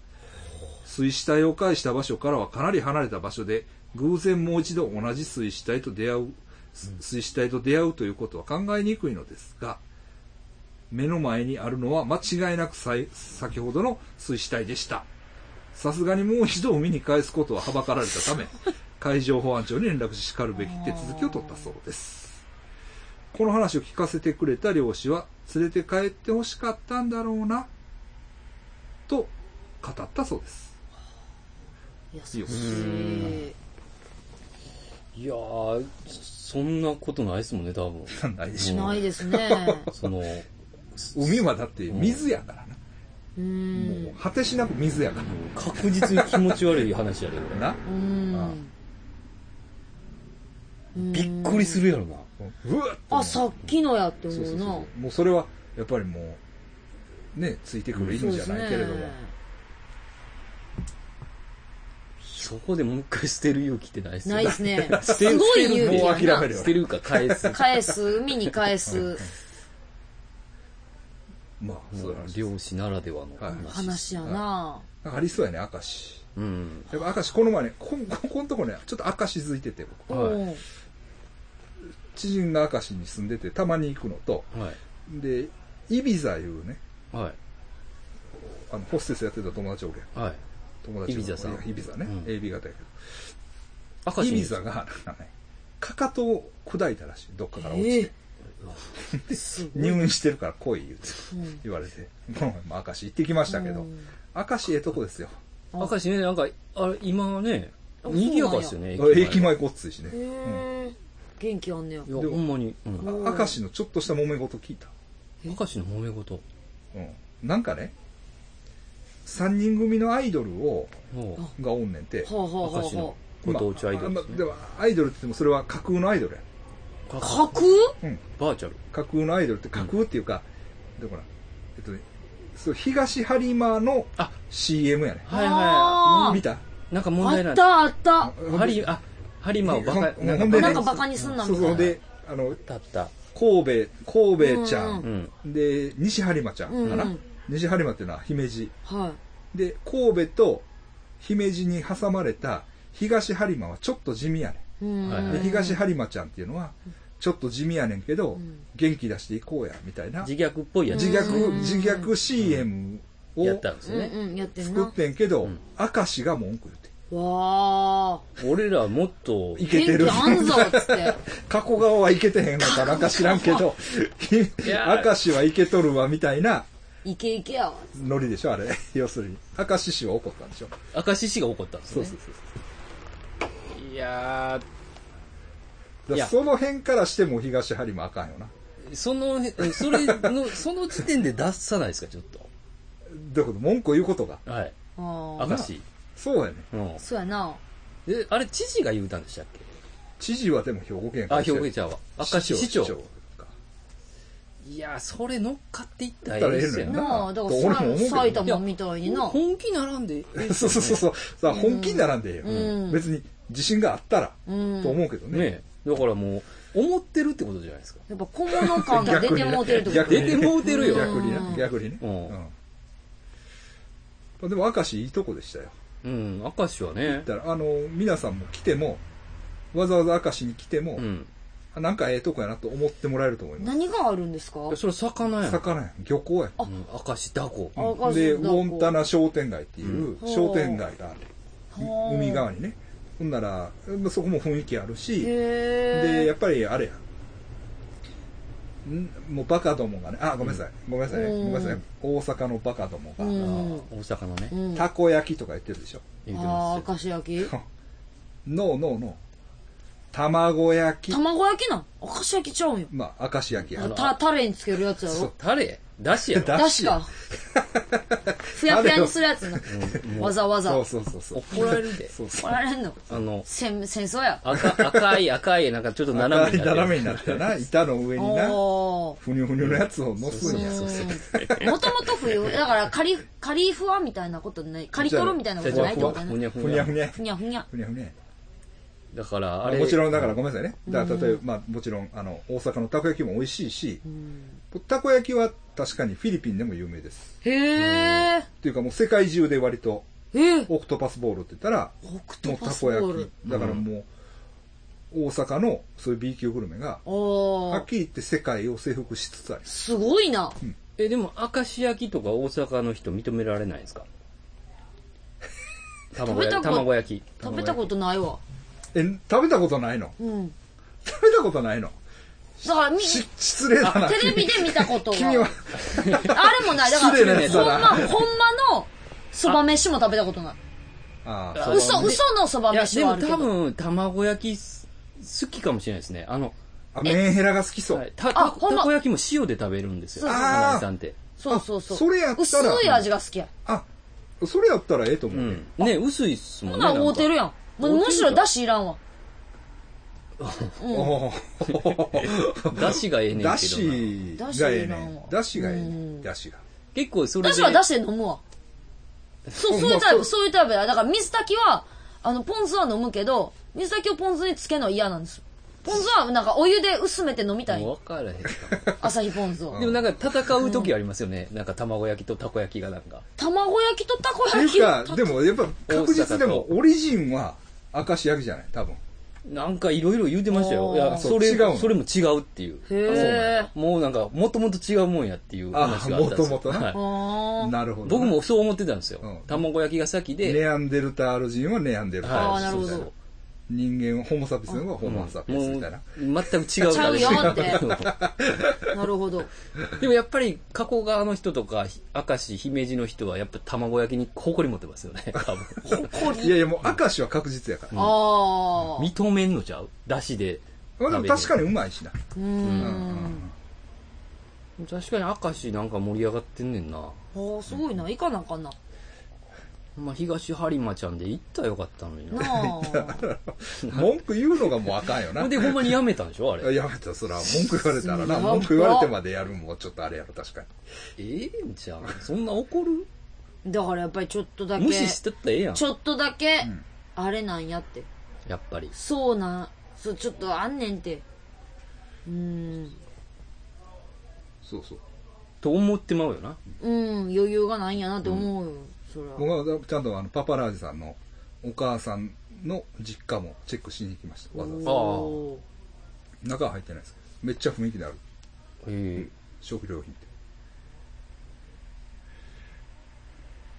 水死体を返した場所からはかなり離れた場所で偶然もう一度同じ水死体と出会うす水死体と出会うということは考えにくいのですが目の前にあるのは間違いなくさい先ほどの水死体でしたさすがにもう一度海に返すことははばかられたため海上保安庁に連絡ししかるべき手続きを取ったそうですこの話を聞かせてくれた漁師は連れて帰ってほしかったんだろうなと語ったそうです
あ優しい
いやー、そんなことないですもんね、多分。
ないで
しないですね
その、
海はだって水やからな、
う
も
ん
う果てしなく水やから
確実に気持ち悪い話やで、これ。
な、
う
あ
ん
びっくりするやろな。
うわっ
あさっきのやって
そうそう
思
うそう
な
そうもうそれはやっぱりもうねついてくる
そ
犬
う
じ
で
ゃ
す
ないけれども、
ね
そこでもう一回捨てる勇気ってないっすよ
ないですね
捨てる
すごい
捨てる
勇
も
気
う
や
諦め
な
る
捨てるか返す。
返す海に返す
まあ そうなんです
漁師ならではの話。
話やな
なんかありそうやね明石
うん。
やっぱ明石この前ねこんここのとこねちょっと明石づいてて僕
お
はい
お
知人が明石に住んでてたまに行くのと
は
でイビザいうね
い。はい。
あのホステスやってた友達おるやん
はい。
友達の
イビザさん
いやイビザね、
うん
AB 型やけど
赤
イビザが、なんかね、かかとを砕いたらしい。どっかから落
え
ちて
え。すごい
入院してるから来い、言うて
うん
言われて。この前も明石行ってきましたけ
う
ど
ん。
明石ええとこですよ。
赤石ね、なんか、あれ、今ね、
あ
賑やかですよね、
駅前ごっついしね。
へえ元気あんねや
いや、ほんまに。うん
あ明石のちょっとした揉め事聞いた。
明石の揉め事。
うん。なんかね、3人組のアイドルを、
もう
がおんねんて。
ほうほうほう
明石
ほ
のご当地アイドル
ま
で
あま
す
あ
ね
でも、アイドルって言ってもそれは架空のアイドルや。
う
か
架空
バーチャル
架空のアイドルって架空っていうか、だから、えっとね、そう東播磨の
あ
CM やね。
はい
あ
は
ー
見た
いなんか問題
あ
な
っ
んだ
たあった
ハリあハリマをバカ
ほん
な
ほ
んか
んで
バ
ね
なんかバカにすんなみ
そう
たいな
そうで、あの、
カだった
神戸、神戸ちゃ
うん
ん
う、ん
で、西播磨ちゃんかな。
うんうん
西播磨っていうのは姫路。
はい
で、神戸と姫路に挟まれた東播磨はちょっと地味やね
うん
はい
ん。
は
で
い
東播磨ちゃんっていうのは、ちょっと地味やねんけど、
ん
元気出していこうや、みたいな。
自虐っぽいやつ
自虐、
うん
自虐 CM を
やったんです
うん
よね
うんやってん
作
な
ってんけど、
うん
明石が文句言って。
わあ
俺らはもっと
いけ
元
てる
気。あんぞっ つって
加古川はいけてへんのかなんか知らんけど、
い や
明石はいけとるわ、みたいな
イケイケやわ
ノリでしょ、あれ。 要するに。明石氏は怒ったんでしょ。
明石市が怒ったんです
そう
ね
そうそう。
いや
だか
いや
らその辺からしても東播磨あかんよな。
ーそのそれのその時点で出さないですかちょっ
どういうこと文句言うことが。
とはい
あ
明
あ
石
そうやね。
うん
そうやな
えあれ知事が言うたんでしたっけ
知事はでも兵庫県
あ、兵庫
県
県ちゃうわ。明石市長。
か
いや、それ乗っかっていったら
ら
え
ええ
えで
ですす
よ
よ
な。
な
なあだか
俺も思うけ
ら
どね
埼玉みたいにな
本気並んでええです
そう
よ
そうそうそう。さあ、本気に並んでええよ。
うん
別に自信があったら、
うん
と思うけどね。
ねえだからもう、思ってるってことじゃないですか。
やっぱ小物感が出てもうてるってこと
逆に
出てもうてるよ
逆に
うん
ね。逆にね。
うん
うんまあでも、明石いいとこでしたよ。
うん、明石はね。
だから、あの、皆さんも来ても、わざわざ明石に来ても
う、ん。
あなんかええとこやなと思ってもらえると思います。
何があるんですか
いやそれ魚やん。
魚やん、漁港やん。
うん、明石だこ。
あ
うんで、ウォンタナ商店街っていう
うん
商店街がある。
はあ
海側にね。ほんなら、まあそこも雰囲気あるし、で、
へ
やっぱりあれや。んもうバカどもがね、あ、ごめんなさい、ごめんなさいね、
う
ご
ん
めんなさい、大阪のバカどもが、
う
あ
ん
ー大阪のね
え、うん
たこ焼きとか言ってるでしょ。
言うて
あ
ま
あ
す
明
よ。
石焼き
ノーノーノー。卵焼き、
卵焼きなん明石焼きちゃうんよ
まあ、明石焼きや
あの
たタレにつけるやつや
そ
ろ
う
タレだしやろ
だ
だしかふやふやにするやつな
もう
わざわざ
そうそうそうそう。
怒られるで。
そうそ
怒
う。
られんの
あの、
戦戦争や
赤、赤い、赤い、なんかちょっと斜め
斜
に
め
なってる。
斜めになったな、板の上にな、
おー
ふにゅふにゅのやつを乗すんや。
うんもともと冬だからカリカリフワみたいなことないカリトロみたいなこと
じゃ
な
あ
いっ
じ
て
ゃ
こ
あ
とや
ふに
な
ゃ
ふ
ふに
に
ゃ
ゃふ。にゃ、
ふにゃふ
ふに
にゃ
ゃふにゃ。
だから、あ
あ
れ。
もちろんだからごめんなさいね。だから例えば、まあもちろん、あの、大阪のたこ焼きも美味しいし、たこ焼きは確かにフィリピンでも有名です。
へえ
っていうかもう世界中で割と、
え
オクトパスボールって言ったら、
オク
も
ト
う
パ
た
ス
こ
ボー
焼
ル
き。だからもう、大阪のそういう B 級グルメが、
お
はっ
ー
きり言って世界を征服しつつあります。
すごいな
え、でも、明石焼きとか大阪の人認められない んですか卵
食べた
焼き。
こと
卵焼き。
食べたことないわ
え、食べたことないの
うん
食べたことないの
だからみ
し、失礼だな。
テレビで見たこと
君は
は、あれもないだか
失礼なや
ら
つ
ほん
だ
ま
な
ほんまのそば飯も食べたことない
あ
あ
あ、
嘘嘘のそば
いや、
飯
で
は
も
あるけ
多
ど
分、卵焼きす好きかもしれないですね。あの、
あメンヘラが好きそう。
はいた
あ
た
ほんま
たこ焼きも塩で食べるんですよ。
そうそ
そ
う
う
花井さんって。
そうそうそう
あそれやったら
薄い味が好きや
あ、それやったらええと思
う
うね。
ん。ね、薄いっすも
ほ
んね。
な
なん
合う
か
てるやん
合うてる
む
か
むしろだしいらんわ
おー
だしがええねんけどな。
だし
だし
がええ
いらん
ね
わ。
だしがええ
うん
ね。だしが。
結構それで。
だしはだしで飲むわ。そう、そういうタイプ、そういうタイプだ。だから水炊きは、あの、ポン酢は飲むけど、水炊きをポン酢につけるのは嫌なんですよ。ポン酢はなんかお湯で薄めて飲みたい
もう。分からへんか
朝日ポン酢を
も。で。もなんか戦う時ありますよね。なんか卵焼きとたこ焼きがなんか。
卵焼きとたこ
って
焼
い
き
う
た
か、でもやっぱ確実でも、オリジンは明石焼きじゃない多分。
なんかいろいろ言うてましたよ。
あー
いや、
そう
それ
違うの
それも違うっていう。
へー
もうなんか、もともと違うもんやっていう話があったんです
あ
よ。
ー元々な
はい
あー
なるほど。
僕。もそう思ってたんですよ。
うん
卵焼きが先で、
ネアンデルタール人はネアンデルタ
はい
あ
ー
ー
ル
なる
人みた
ほど
いな。人間、ホモサピエンスはホモサピエンスみたいな。
もう全く違うから
ちゃうよ なるほど。
でもやっぱり加古川の人とか明石姫路の人はやっぱ卵焼きに誇り持ってま すよね多分
いやいや、もう明石は確実やから。
ああ。
認めんのちゃうだしで
まあでも確かにうまいしな。
うーん。
確かに明石なんか盛り上がってんねんな。
ああすごいな行かなあかんな
まあ、東播磨ちゃんで行ったらよかったのに
な
な。
あ
文句言うのがもうあかんよな。
で、ほんまにやめたんでしょあれ。
やめた、そら、文句言われたらな、
すごい
文句言われてまでやるんもちょっとあれやろ、確かに。
ええんちゃうそんな怒る
だからやっぱりちょっとだけ
無視してったらええやん
ち。ょっとだけ、あれなんやって
やっぱり。
そうなんそうちょっとあんねんってうーん
そうそう。
と思ってまうよな。
うん余裕がないんやなって思うよ、それは
僕はちゃんとあのパパラージさんのお母さんの実家もチェックしに行きました、わざわざ。
おー
中は入ってないですけど、めっちゃ雰囲気のある
ええ
食料品って。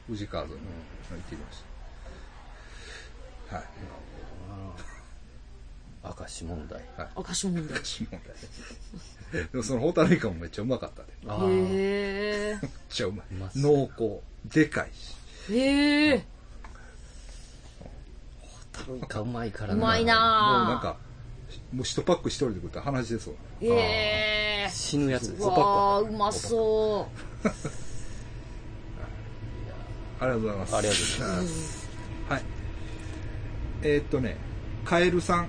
宇治川沿いに行ってきました。はい。
明石問題。
明石問題
昔問題。でもそのホタルイカもめっちゃうまかったで。めっ
ああ。
へえ
ちゃうまいう
ま。そ
濃
う
厚。でかいし。
へえ
太郎イカうまいから
う
な。
まい
もう
なあ
なんか、もう一パック一人で食ったら話ですわ。
へえ
死ぬやつです
う。わあうまそう
ありがとうございます。
ありがとうございます。
はい。えーっとね、カエルさん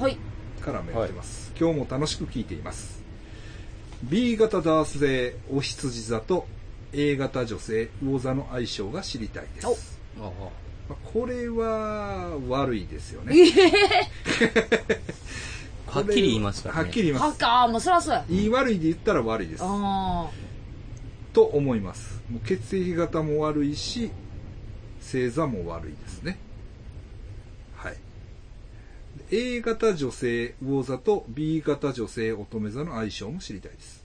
はい
からメール来てます、今日も楽しく聞いています B 型男性お羊座と A 型女性魚座の相性が知りたいです
お
ああ
まあこれは悪いですよね
はっきり言いますからね。
はっきり言い
は
ます
っかあーもうそらそうや
言い悪いで言ったら悪いです
あ
と思いますもう血液型も悪いし星座も悪いですねはい A 型女性魚座と B 型女性乙女座の相性も知りたいです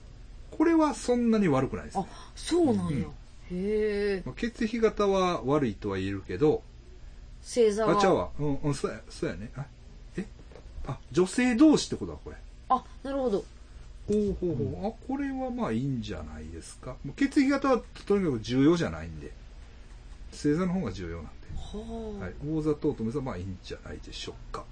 これはそんなに悪くないです
ああそうなんや、へえ
まあ血液型は悪いとは言えるけど、
星座
あ、
は
ちゃうわ。うん、うん、そうや、そうやね。あえあ、女性同士ってことだ、これ。
あなるほど
ほうほうほう。あ、これはまあいいんじゃないですか。もう血液型はとにかく重要じゃないんで、星座の方が重要なんで。
はあ、
はい。大座と乙女座、まあいいんじゃないでしょうか。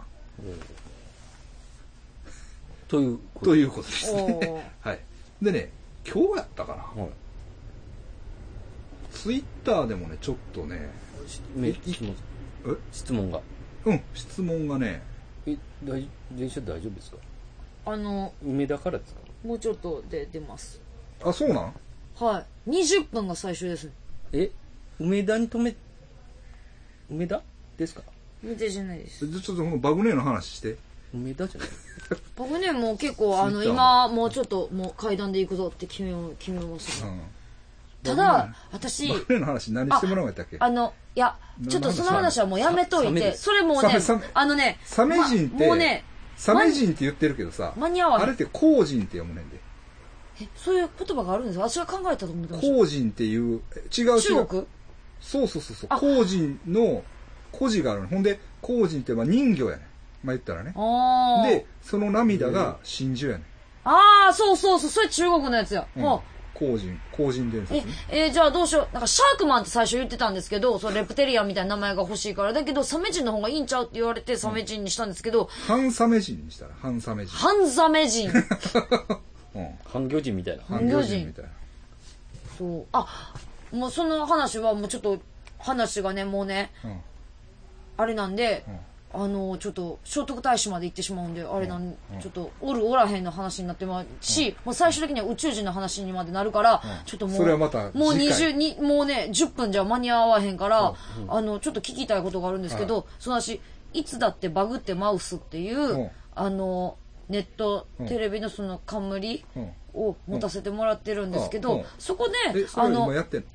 ということ
ということです
おー
ね。 はい。でね、今日やったかな。
はい。
ツイッターでもね、ちょっとね、
め質問
え
質問が。
うん、質問がね、
え、大電車大丈夫ですか
あの
梅田からですか
もうちょっとで出ます
あ、そうなん
はい20分が最初です
え、梅田に止め、梅田ですか
見てじゃないです
じゃあちょっとこのバグネーの話して。
梅田じゃない
僕ねもう結構あの
Twitter
今もうちょっともう階段で行くぞって決め決めまし
う
た
ん。
ただ私
バグネーの話何してもらうんやったっけ
あのいやちょっとその話はもうやめとい
冷め
て
る
それもう
冷
ね
め冷め
あのね
サメ人って、
まもうね
サメ人って言ってるけどさ、
間に合わへん
あれって工人って読むねんで。
えそういう言葉があるんですか私が考えたと思ってまし
工人っていう、え違う違
た中
う。
国
そうそうそうそう。
あ
工人の、孤児があるの。ほんで、工人ってまあ人魚やねん。まあ言ったらね。
ああ
で、その涙が真珠やね
ああそうそうそうそれ中国のやつや、
ん。うん
はあ
工人、工人伝
え
説ね。、
えーじゃあどうしよう。なんか、シャークマンって最初言ってたんですけど、そのレプテリアンみたいな名前が欲しいから、だけど、サメ人の方がいいんちゃうって言われて、サメ人にしたんですけど、
半サメ人にしたら、半サメ人。
半ザメ人。
うん。
半魚人みたいな。
半魚人みたいな。
そう。あ、もうその話はもうちょっと、話がね、もうね、
うん。
あれなんで、あの、ちょっと、聖徳太子まで行ってしまうんで、あれなん、ちょっと、おるおらへんの話になってまうし、もう最終的には宇宙人の話にまでなるから、ちょっともう、
それはまた
もう
次回
20に、もうね、10分じゃ間に合わへんから、あの、ちょっと聞きたいことがあるんですけど、その話、いつだってバグってマウスっていう、
うん
あの、ネット、
ん
テレビのその冠
うん
を持たせてもらってるんですけど、
うんうん
そこで、
え、そ
あ
れを今
の、
やってんの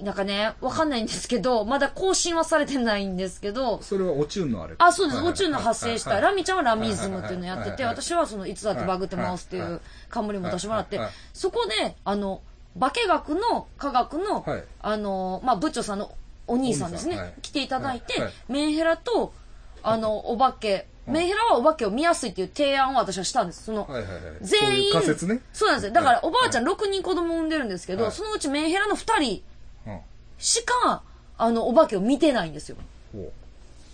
なんかね、わかんないんですけど、まだ更新はされてないんですけど、
それはオチューンのあれ。
あ、そうです。
はいはい
宇宙の発生した、ラミちゃんはラミズムっていうのやって
はいはい
て、
はい
私はその、いつだってバグって回すってい
はいはい
う冠も出してもらって
はいはい、
そこで、あの、化学の科学の
はい、
あの、まあ、部長さんのお兄さんです
お兄さんは
ね
い。
来ていただいて
はいはい、
メンヘラと、あの、お化け、メンヘラはお化けを見やすいっていう提案を私はしたんです。その
はいはいはい、そうい
全
う
員、
仮説ね
そうなんですよ。だから、おばあちゃん6人子供産んでるんですけ
は
ど、
い
そのうちメンヘラの2人
うん。
しか、あの、お化けを見てないんですよ。
ほう。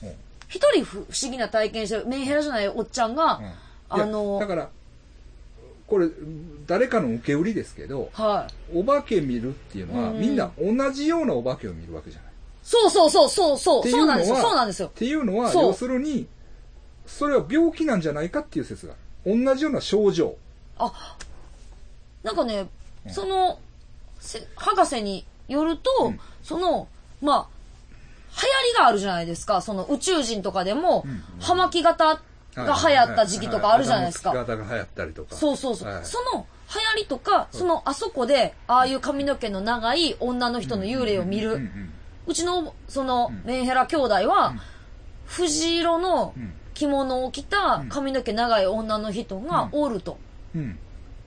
うん
一人不不思議な体験してるメンヘラじゃないおっちゃんが、
うん
あ
いやだ
の
からこれ誰かの受け売りですけど
はい。
お化け見るっていうのは、
うん
みんな同じようなお化けを見るわけじゃない。
そうそうそうそうそ
っ
う。
てい
そう
の
うなん
は
ですよ。そうなんですよ
っ。ていうのは
そう
要するにそれは病気なんじゃないかっていう説がある同じような症状
あ、なんかね、その、せ博士によると、
ん
その、まあ、流行りがあるじゃないですか。その宇宙人とかでも、葉巻型が流行った時期とかあるじゃないですか。
型が流行ったりとか
そうそうそう。
はい
その流行りとか、そのあそこで、ああいう髪の毛の長い女の人の幽霊を見
うんう
る。
ん
うちの、その、メンヘラ兄弟は、藤色の
ん
着物を着た髪の毛長い女の人がおると。
うん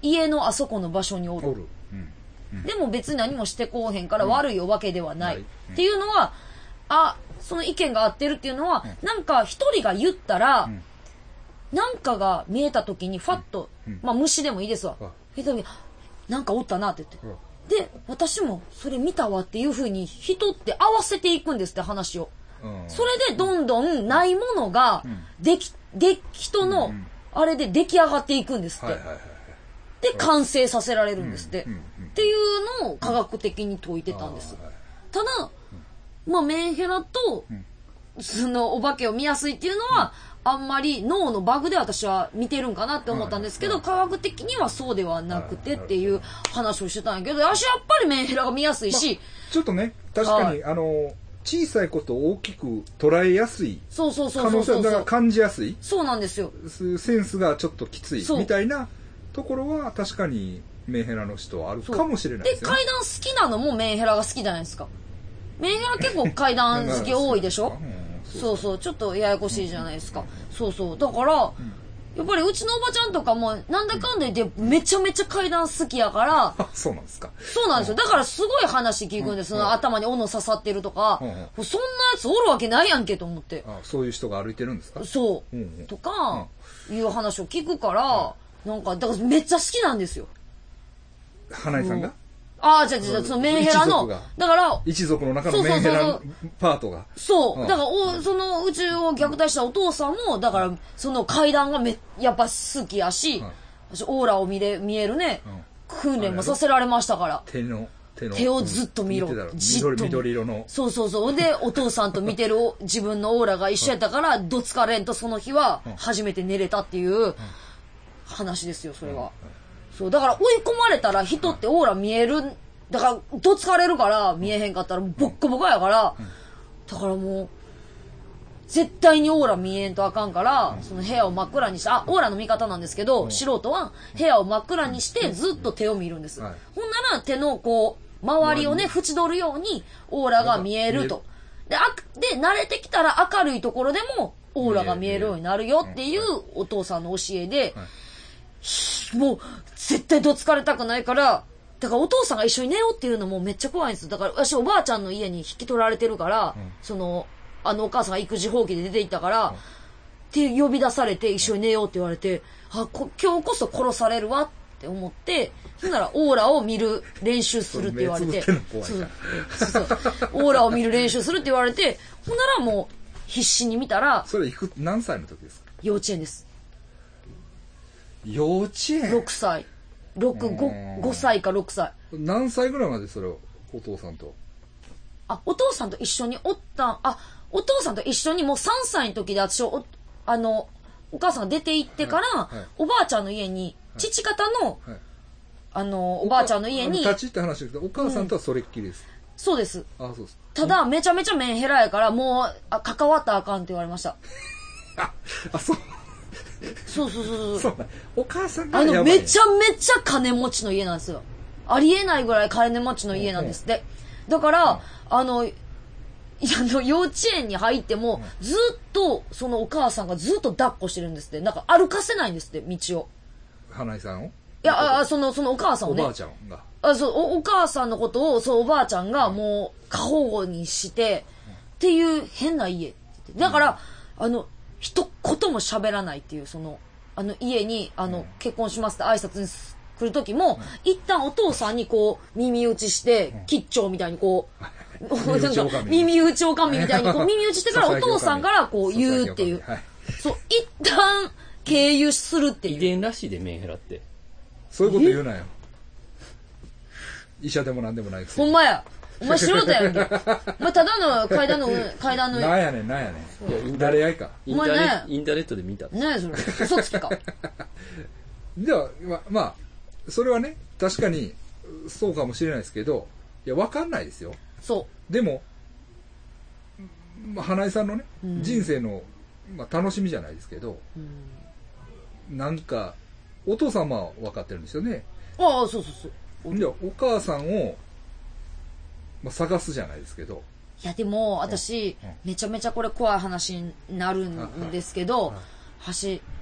家のあそこの場所にお
お
る。
る、うん
でも別に何もしてこうへんから悪いわけではな。
ないいうん
っていうのは、あ、その意見が合ってるっていうのは、なんか一人が言ったら、
ん
なんかが見えた時にファッと、
うんうん
まあ虫でもいいですわ
あ。
見た時になんかおったなって
う
言
ん
って。で、私もそれ見たわっていう風に人って合わせていくんですって話を。
うん
それでどんどんないものが、でき、で、人
う
の
ん、
あれで出来上がっていくんですっ
はい
て
はい。はい
で、完成させられるんですって。
うんうんうん
っていうのを科学的に解いてたんです。ただ、まあ、メンヘラと、その、お化けを見やすいっていうのは、あんまり脳のバグで私は見てるんかなって思ったんですけど、
はい
科学的にはそうではなくて
は
っ
い
ていう話をしてたんやけど、私やっぱりメンヘラが見やすいし、
ちょっとね確かに、あの小さいことを大きく捉えやすい
そうそうそ
可
うそ
能
うそ
性
う
だから感じやすい
そうなんですよ。
すセンスがちょっときつい
そう
みたいなところは確かにメンヘラの人はあるかもしれない
で、
ですよね
階段好きなのもメンヘラが好きじゃないですか。メンヘラ結構階段好き多いでしょ
うんそう
そうそう、ちょっとややこしいじゃないですか。そうそう。だから、やっぱりうちのおばちゃんとかも、なんだかんだ言って、めちゃめちゃ階段好きやから、
あそうなんですか
そうなんですよ。だからすごい話聞くんです。その頭に斧刺さってるとか、
うん
そんなやつおるわけないやんけと思って。
あそういう人が歩いてるんですか
そ
うんうん
う。とか、いう話を聞くから、なんか、だからめっちゃ好きなんですよ。
花井さんが
ああ、じゃあじゃあそのメンヘラ
一
の
族が、
だから、
一族の中
そ
の
うそ
メ
う
ン
そ
ヘ
うそう
ラパートが
そう。
うん
だからお、その宇宙を虐待したお父さんも、だから、その階段がめ、やっぱ好きやし、
うん
私オーラを見れ、見えるね、
ん
訓練もさせられましたから。
手の手の
手をずっと見ろ
てたら。
じっと見
緑緑色の
そうそうそう。で、お父さんと見てるお 自分のオーラが一緒やったから、どつかれんとその日は初めて寝れたっていう話ですよ、それは。そう、だから追い込まれたら人ってオーラ見える、だからどつかれるから見えへんかったらボッコボコやから、だからもう、絶対にオーラ見えんとあかんから、その部屋を真っ暗にして、あ、オーラの見方なんですけど、素人は部屋を真っ暗にしてずっと手を見るんです。
はい
ほんなら手のこう、周りをね、縁取るようにオーラが見えると。で、あで、慣れてきたら明るいところでもオーラが見えるようになるよっていうお父さんの教えで、もう絶対どつかれたくないから、だからお父さんが一緒に寝ようっていうのもめっちゃ怖いんですよ。だから私おばあちゃんの家に引き取られてるから、その、あのお母さんが育児放棄で出て行ったから、って呼び出されて一緒に寝ようって言われて、あ、こ今日こそ殺されるわって思って、そんならオーラを見る練習するって言われて、
それ目つぶってんの
そうそうそうオーラを見る練習するって言われて、ほんならもう必死に見たら
それいく何歳の時ですか
幼稚園です。
幼稚園
6歳。6、5、5歳か6歳。
何歳ぐらいまでそれをお父さんと
あ、お父さんと一緒におったん、あ、お父さんと一緒にもう3歳の時で私をお、あの、お母さんが出て行ってから、
いはい
おばあちゃんの家に、父方の、
はい
あの、おばあちゃんの家
あ
に、
立ち入って話ですけどお母さんとはそれっきりです
そうです。
あそうです
ただ、めちゃめちゃメンヘラやから、もう、あ、関わったらあかんって言われました。
あそう
そうそうそうそう。
そうだお母さんが
あの、
やばい
めちゃめちゃ金持ちの家なんですよ。ありえないぐらい金持ちの家なんですって。だから、あの、いやあの幼稚園に入っても、ずっと、そのお母さんがずっと抱っこしてるんですって。なんか歩かせないんですって、道を。
花井さんを
いや、ああその、そのお母さん
お
をね。
ばあちゃんが
あそうお、お母さんのことを、そう、おばあちゃんがもう、過保護にして、っていう変な家。だから、あの、一言も喋らないっていう、その、あの、家に、あの、結婚しますって挨拶にす来る時も、一旦お父さんにこう、耳打ちして、吉兆みたいにこう、
耳打ち
なんか
女将
耳打ちおかみみたいに、こ う、耳打ちしてからお父さんからこう言うっていう
は。い
そう、一旦、経由するって
遺
いう。
伝らしいで、メンヘラって。
そういうこと言うなよ。医者でもなんでもないくせ
ほん
に。
まや。お前素人や んけ。お前ただの階段の、階段の、
なん
ね
やねん、なんやね
いやイ
ん。
ンタ
誰やいか。
インターネ
お前ね
インターネットで見た。
えそれ。嘘つきか。
では、ままあ、それはね、確かに、そうかもしれないですけど、いや、わかんないですよ。
そ
でも、まあ、花井さんのね、
うん
人生の、まあ、楽しみじゃないですけど、
う。うん
なんか、お父様は分かってるんですよね。
ああ、そうそうそう。
じゃお母さんを、まあ、探すじゃないですけど、
いやでも私
うんうん
めちゃめちゃこれ怖い話になるんですけど
はい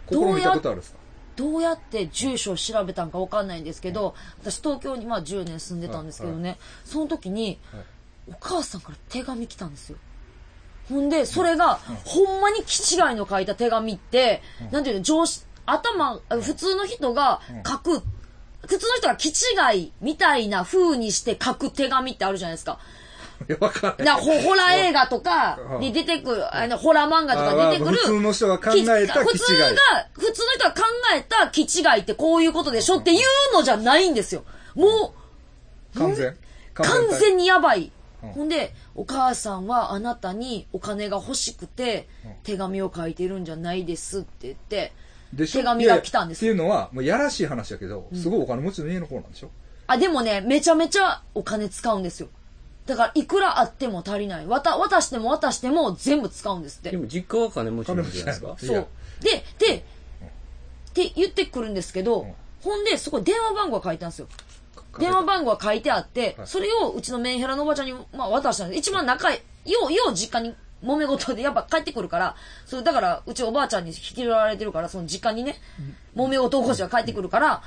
橋ど
心
う
見た
や
ことあるんですか
どうやって住所を調べたんかわかんないんですけど私東京にまあ10年住んでたんですけどねその時に
はい
お母さんから手紙来たんですよほんでそれがほんまに気違いの書いた手紙ってなんていうの上司頭あ普通の人が書く普通の人が気違いみたいな風にして書く手紙ってあるじゃないですか。
いや、わかんない。
なほホラー映画とかに出てくる、あの、ホラー漫画とか出て
あま
くる。
あ普通の人が考えた気違い
普通が、普通の人が考えた気違いってこういうことでしょっていうのじゃないんですよ。もう、
完全。
完全
に。
にやばい。
うん
ほんで、お母さんはあなたにお金が欲しくて
うん、
手紙を書いてるんじゃないですって言って、
でしょ
手紙が来たんです
いやいやっていうのは、もうやらしい話だけど、すごいお金持ちの家の方なんでしょ、
あ、でもね、めちゃめちゃお金使うんですよ。だから、いくらあっても足りない。わた、渡しても渡しても全部使うんですって
で。も実家は金持ちなんじゃないです
金
か
持ち。
そ
いうや。
で、で、って言ってくるんですけど、
うん
ほんで、そこに電話番号が書いてあるんですよ。
か
電話番号が書いてあって、
はい
それをうちのメンヘラのおばちゃんに、まあ、渡したんです。一番仲いい、よう、よう実家に揉め事でやっぱ帰ってくるから、それだから、うちおばあちゃんに引き取られてるから、その実家にね、揉め事起こしが帰ってくるから、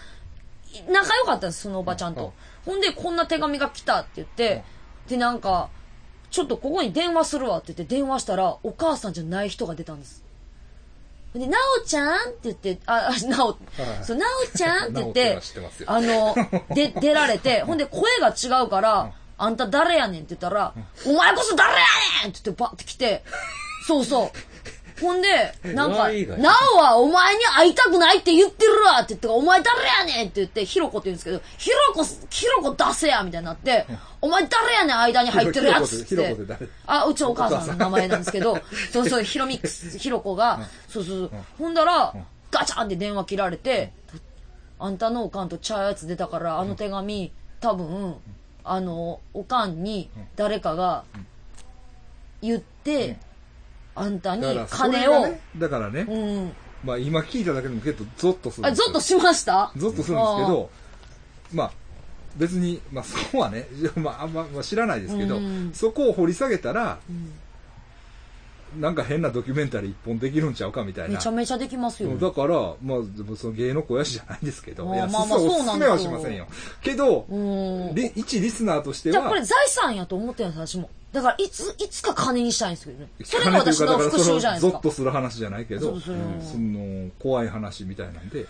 仲良かったんです、そのおばちゃん
うんうん
と。ほんで、こんな手紙が来たって言って、で、なんか、ちょっとここに電話するわって言って電話したら、お母さんじゃない人が出たんです。で、なおちゃんって言って、あ、あなお
は、い
そう、なおちゃんって言っ
なおっていうの
て
は知ってます、よ
あの、で、出られて、ほんで声が違うから、あんた誰やねんって言ったら、お前こそ誰やねんって言ってバッて来て、そうそう。ほんで、なん
お
か、
前以外
なおはお前に会いたくないって言ってるわって言ってから、お前誰やねんって言って、ひろこって言うんですけど、ひろこ、ひろこ出せやみたいになって、お前誰やねん間に入ってるやつっ
ひ
て
ろこってひろこって誰。
あ、うちのお母さんの名前なんですけど、そうそう、ひろみくす、ひろこが、そうそう、ほんだら、ガチャンって電話切られて、あんたのおかんとちゃうやつ出たから、あの手紙、多分、あの、おかんに誰かが言って、あんたに
だからそれ
金
が
を
ね、、だからね、
うん。
まあ今聞いただけでも結構ゾッとするん
あ、
です
ゾ
よ
ッとしました
ゾッとするんですけど、まあ、別に、まあ、そうはね、 まあ、あんままあ知らないですけど、
うん
そこを掘り下げたら、
ん
なんか変なドキュメンタリー一本できるんちゃうかみたい
め
な。
ちゃめちゃできますよ。
だから、まあ、でもその芸能子やしじゃないですけど、
あー
いや、
まあまあ
すすめ
そうなんですよ
おすすめはしませんよ。けど、
うん。
り一リスナーとして
じ
は、
ゃあこれ財産やと思ってるんです、私も。だから、いつ、いつか金にしたいんですけどね。それが私の復讐じゃないで
ゾ
す
ッ
か
と。する話じゃないけど、
そうそう
うんその怖い話みたいなんで、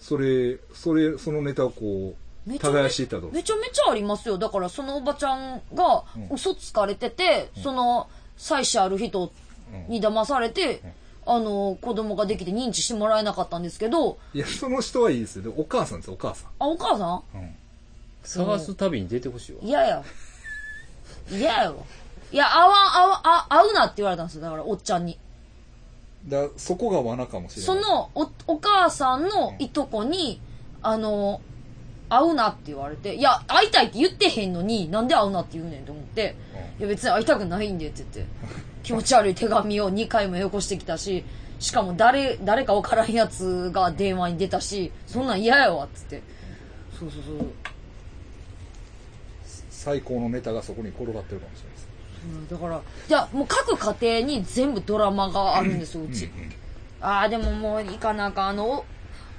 それ、それ、そのネタをこう、
めちゃめ
耕していったと。
めちゃめちゃありますよ。だから、そのおばちゃんが
うん
嘘つかれてて、その、妻子ある人に騙されて、あの、子供ができて認知してもらえなかったんですけど、
いや、その人はいいですよ。お母さんですよ、お母さん。
あ、お母さん
探す旅に出てほしいわ。
嫌やよ。嫌やよ。いや、会わん、会わん、あ会うなって言われたんですよ。だから、おっちゃんに。
だそこが罠かもしれない。
そのお、お母さんのいとこに、あの、会うなって言われて、いや、会いたいって言ってへんのに、なんで会うなって言うねんと思って、いや、別に会いたくないんでって言って、気持ち悪い手紙を2回もよこしてきたし、しかも誰、誰かわからんやつが電話に出たし、そんなん嫌やわ、っつって。そうそうそう。
最高のネタがそこに転がってるかもしれないです。
うんだから、じゃあ、もう各家庭に全部ドラマがあるんですよ、うち。ああ、でももういかなあかんあの、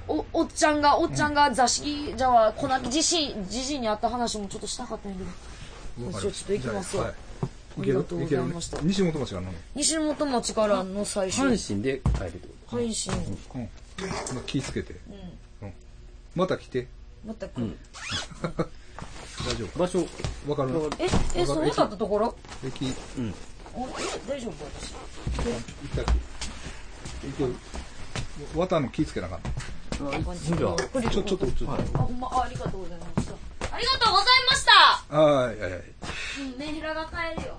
お、おおっちゃんが、おっちゃんが座敷、じゃあ、こなき自身、自身にあった話もちょっとしたかったんやけど。
わかり
ちょ
ま
ちょ
し
ったと行きますわ
じゃあはい、
あり
い
が
け
とう
るい
ご
け
ざい
るね
ました
西本町がなの。
西本町からの最初。
阪神で帰るってこ
配信。
うん。まあ、気ぃつけて。うん。また来て。
また来る。
大丈
と。場所、
夫。わかる
え、え、そうだったところ
駅、行
おえ大丈夫私。
ったっけ行ける。わ綿の気ぃつけなあかん。
あこんにちは
じ
クリ
ちょ、
コ
ちょっと、ちょっ
あほんまあありがとうございましたありがとうございました
と。はい、はい、はい。
うんメンヘラが買えるよ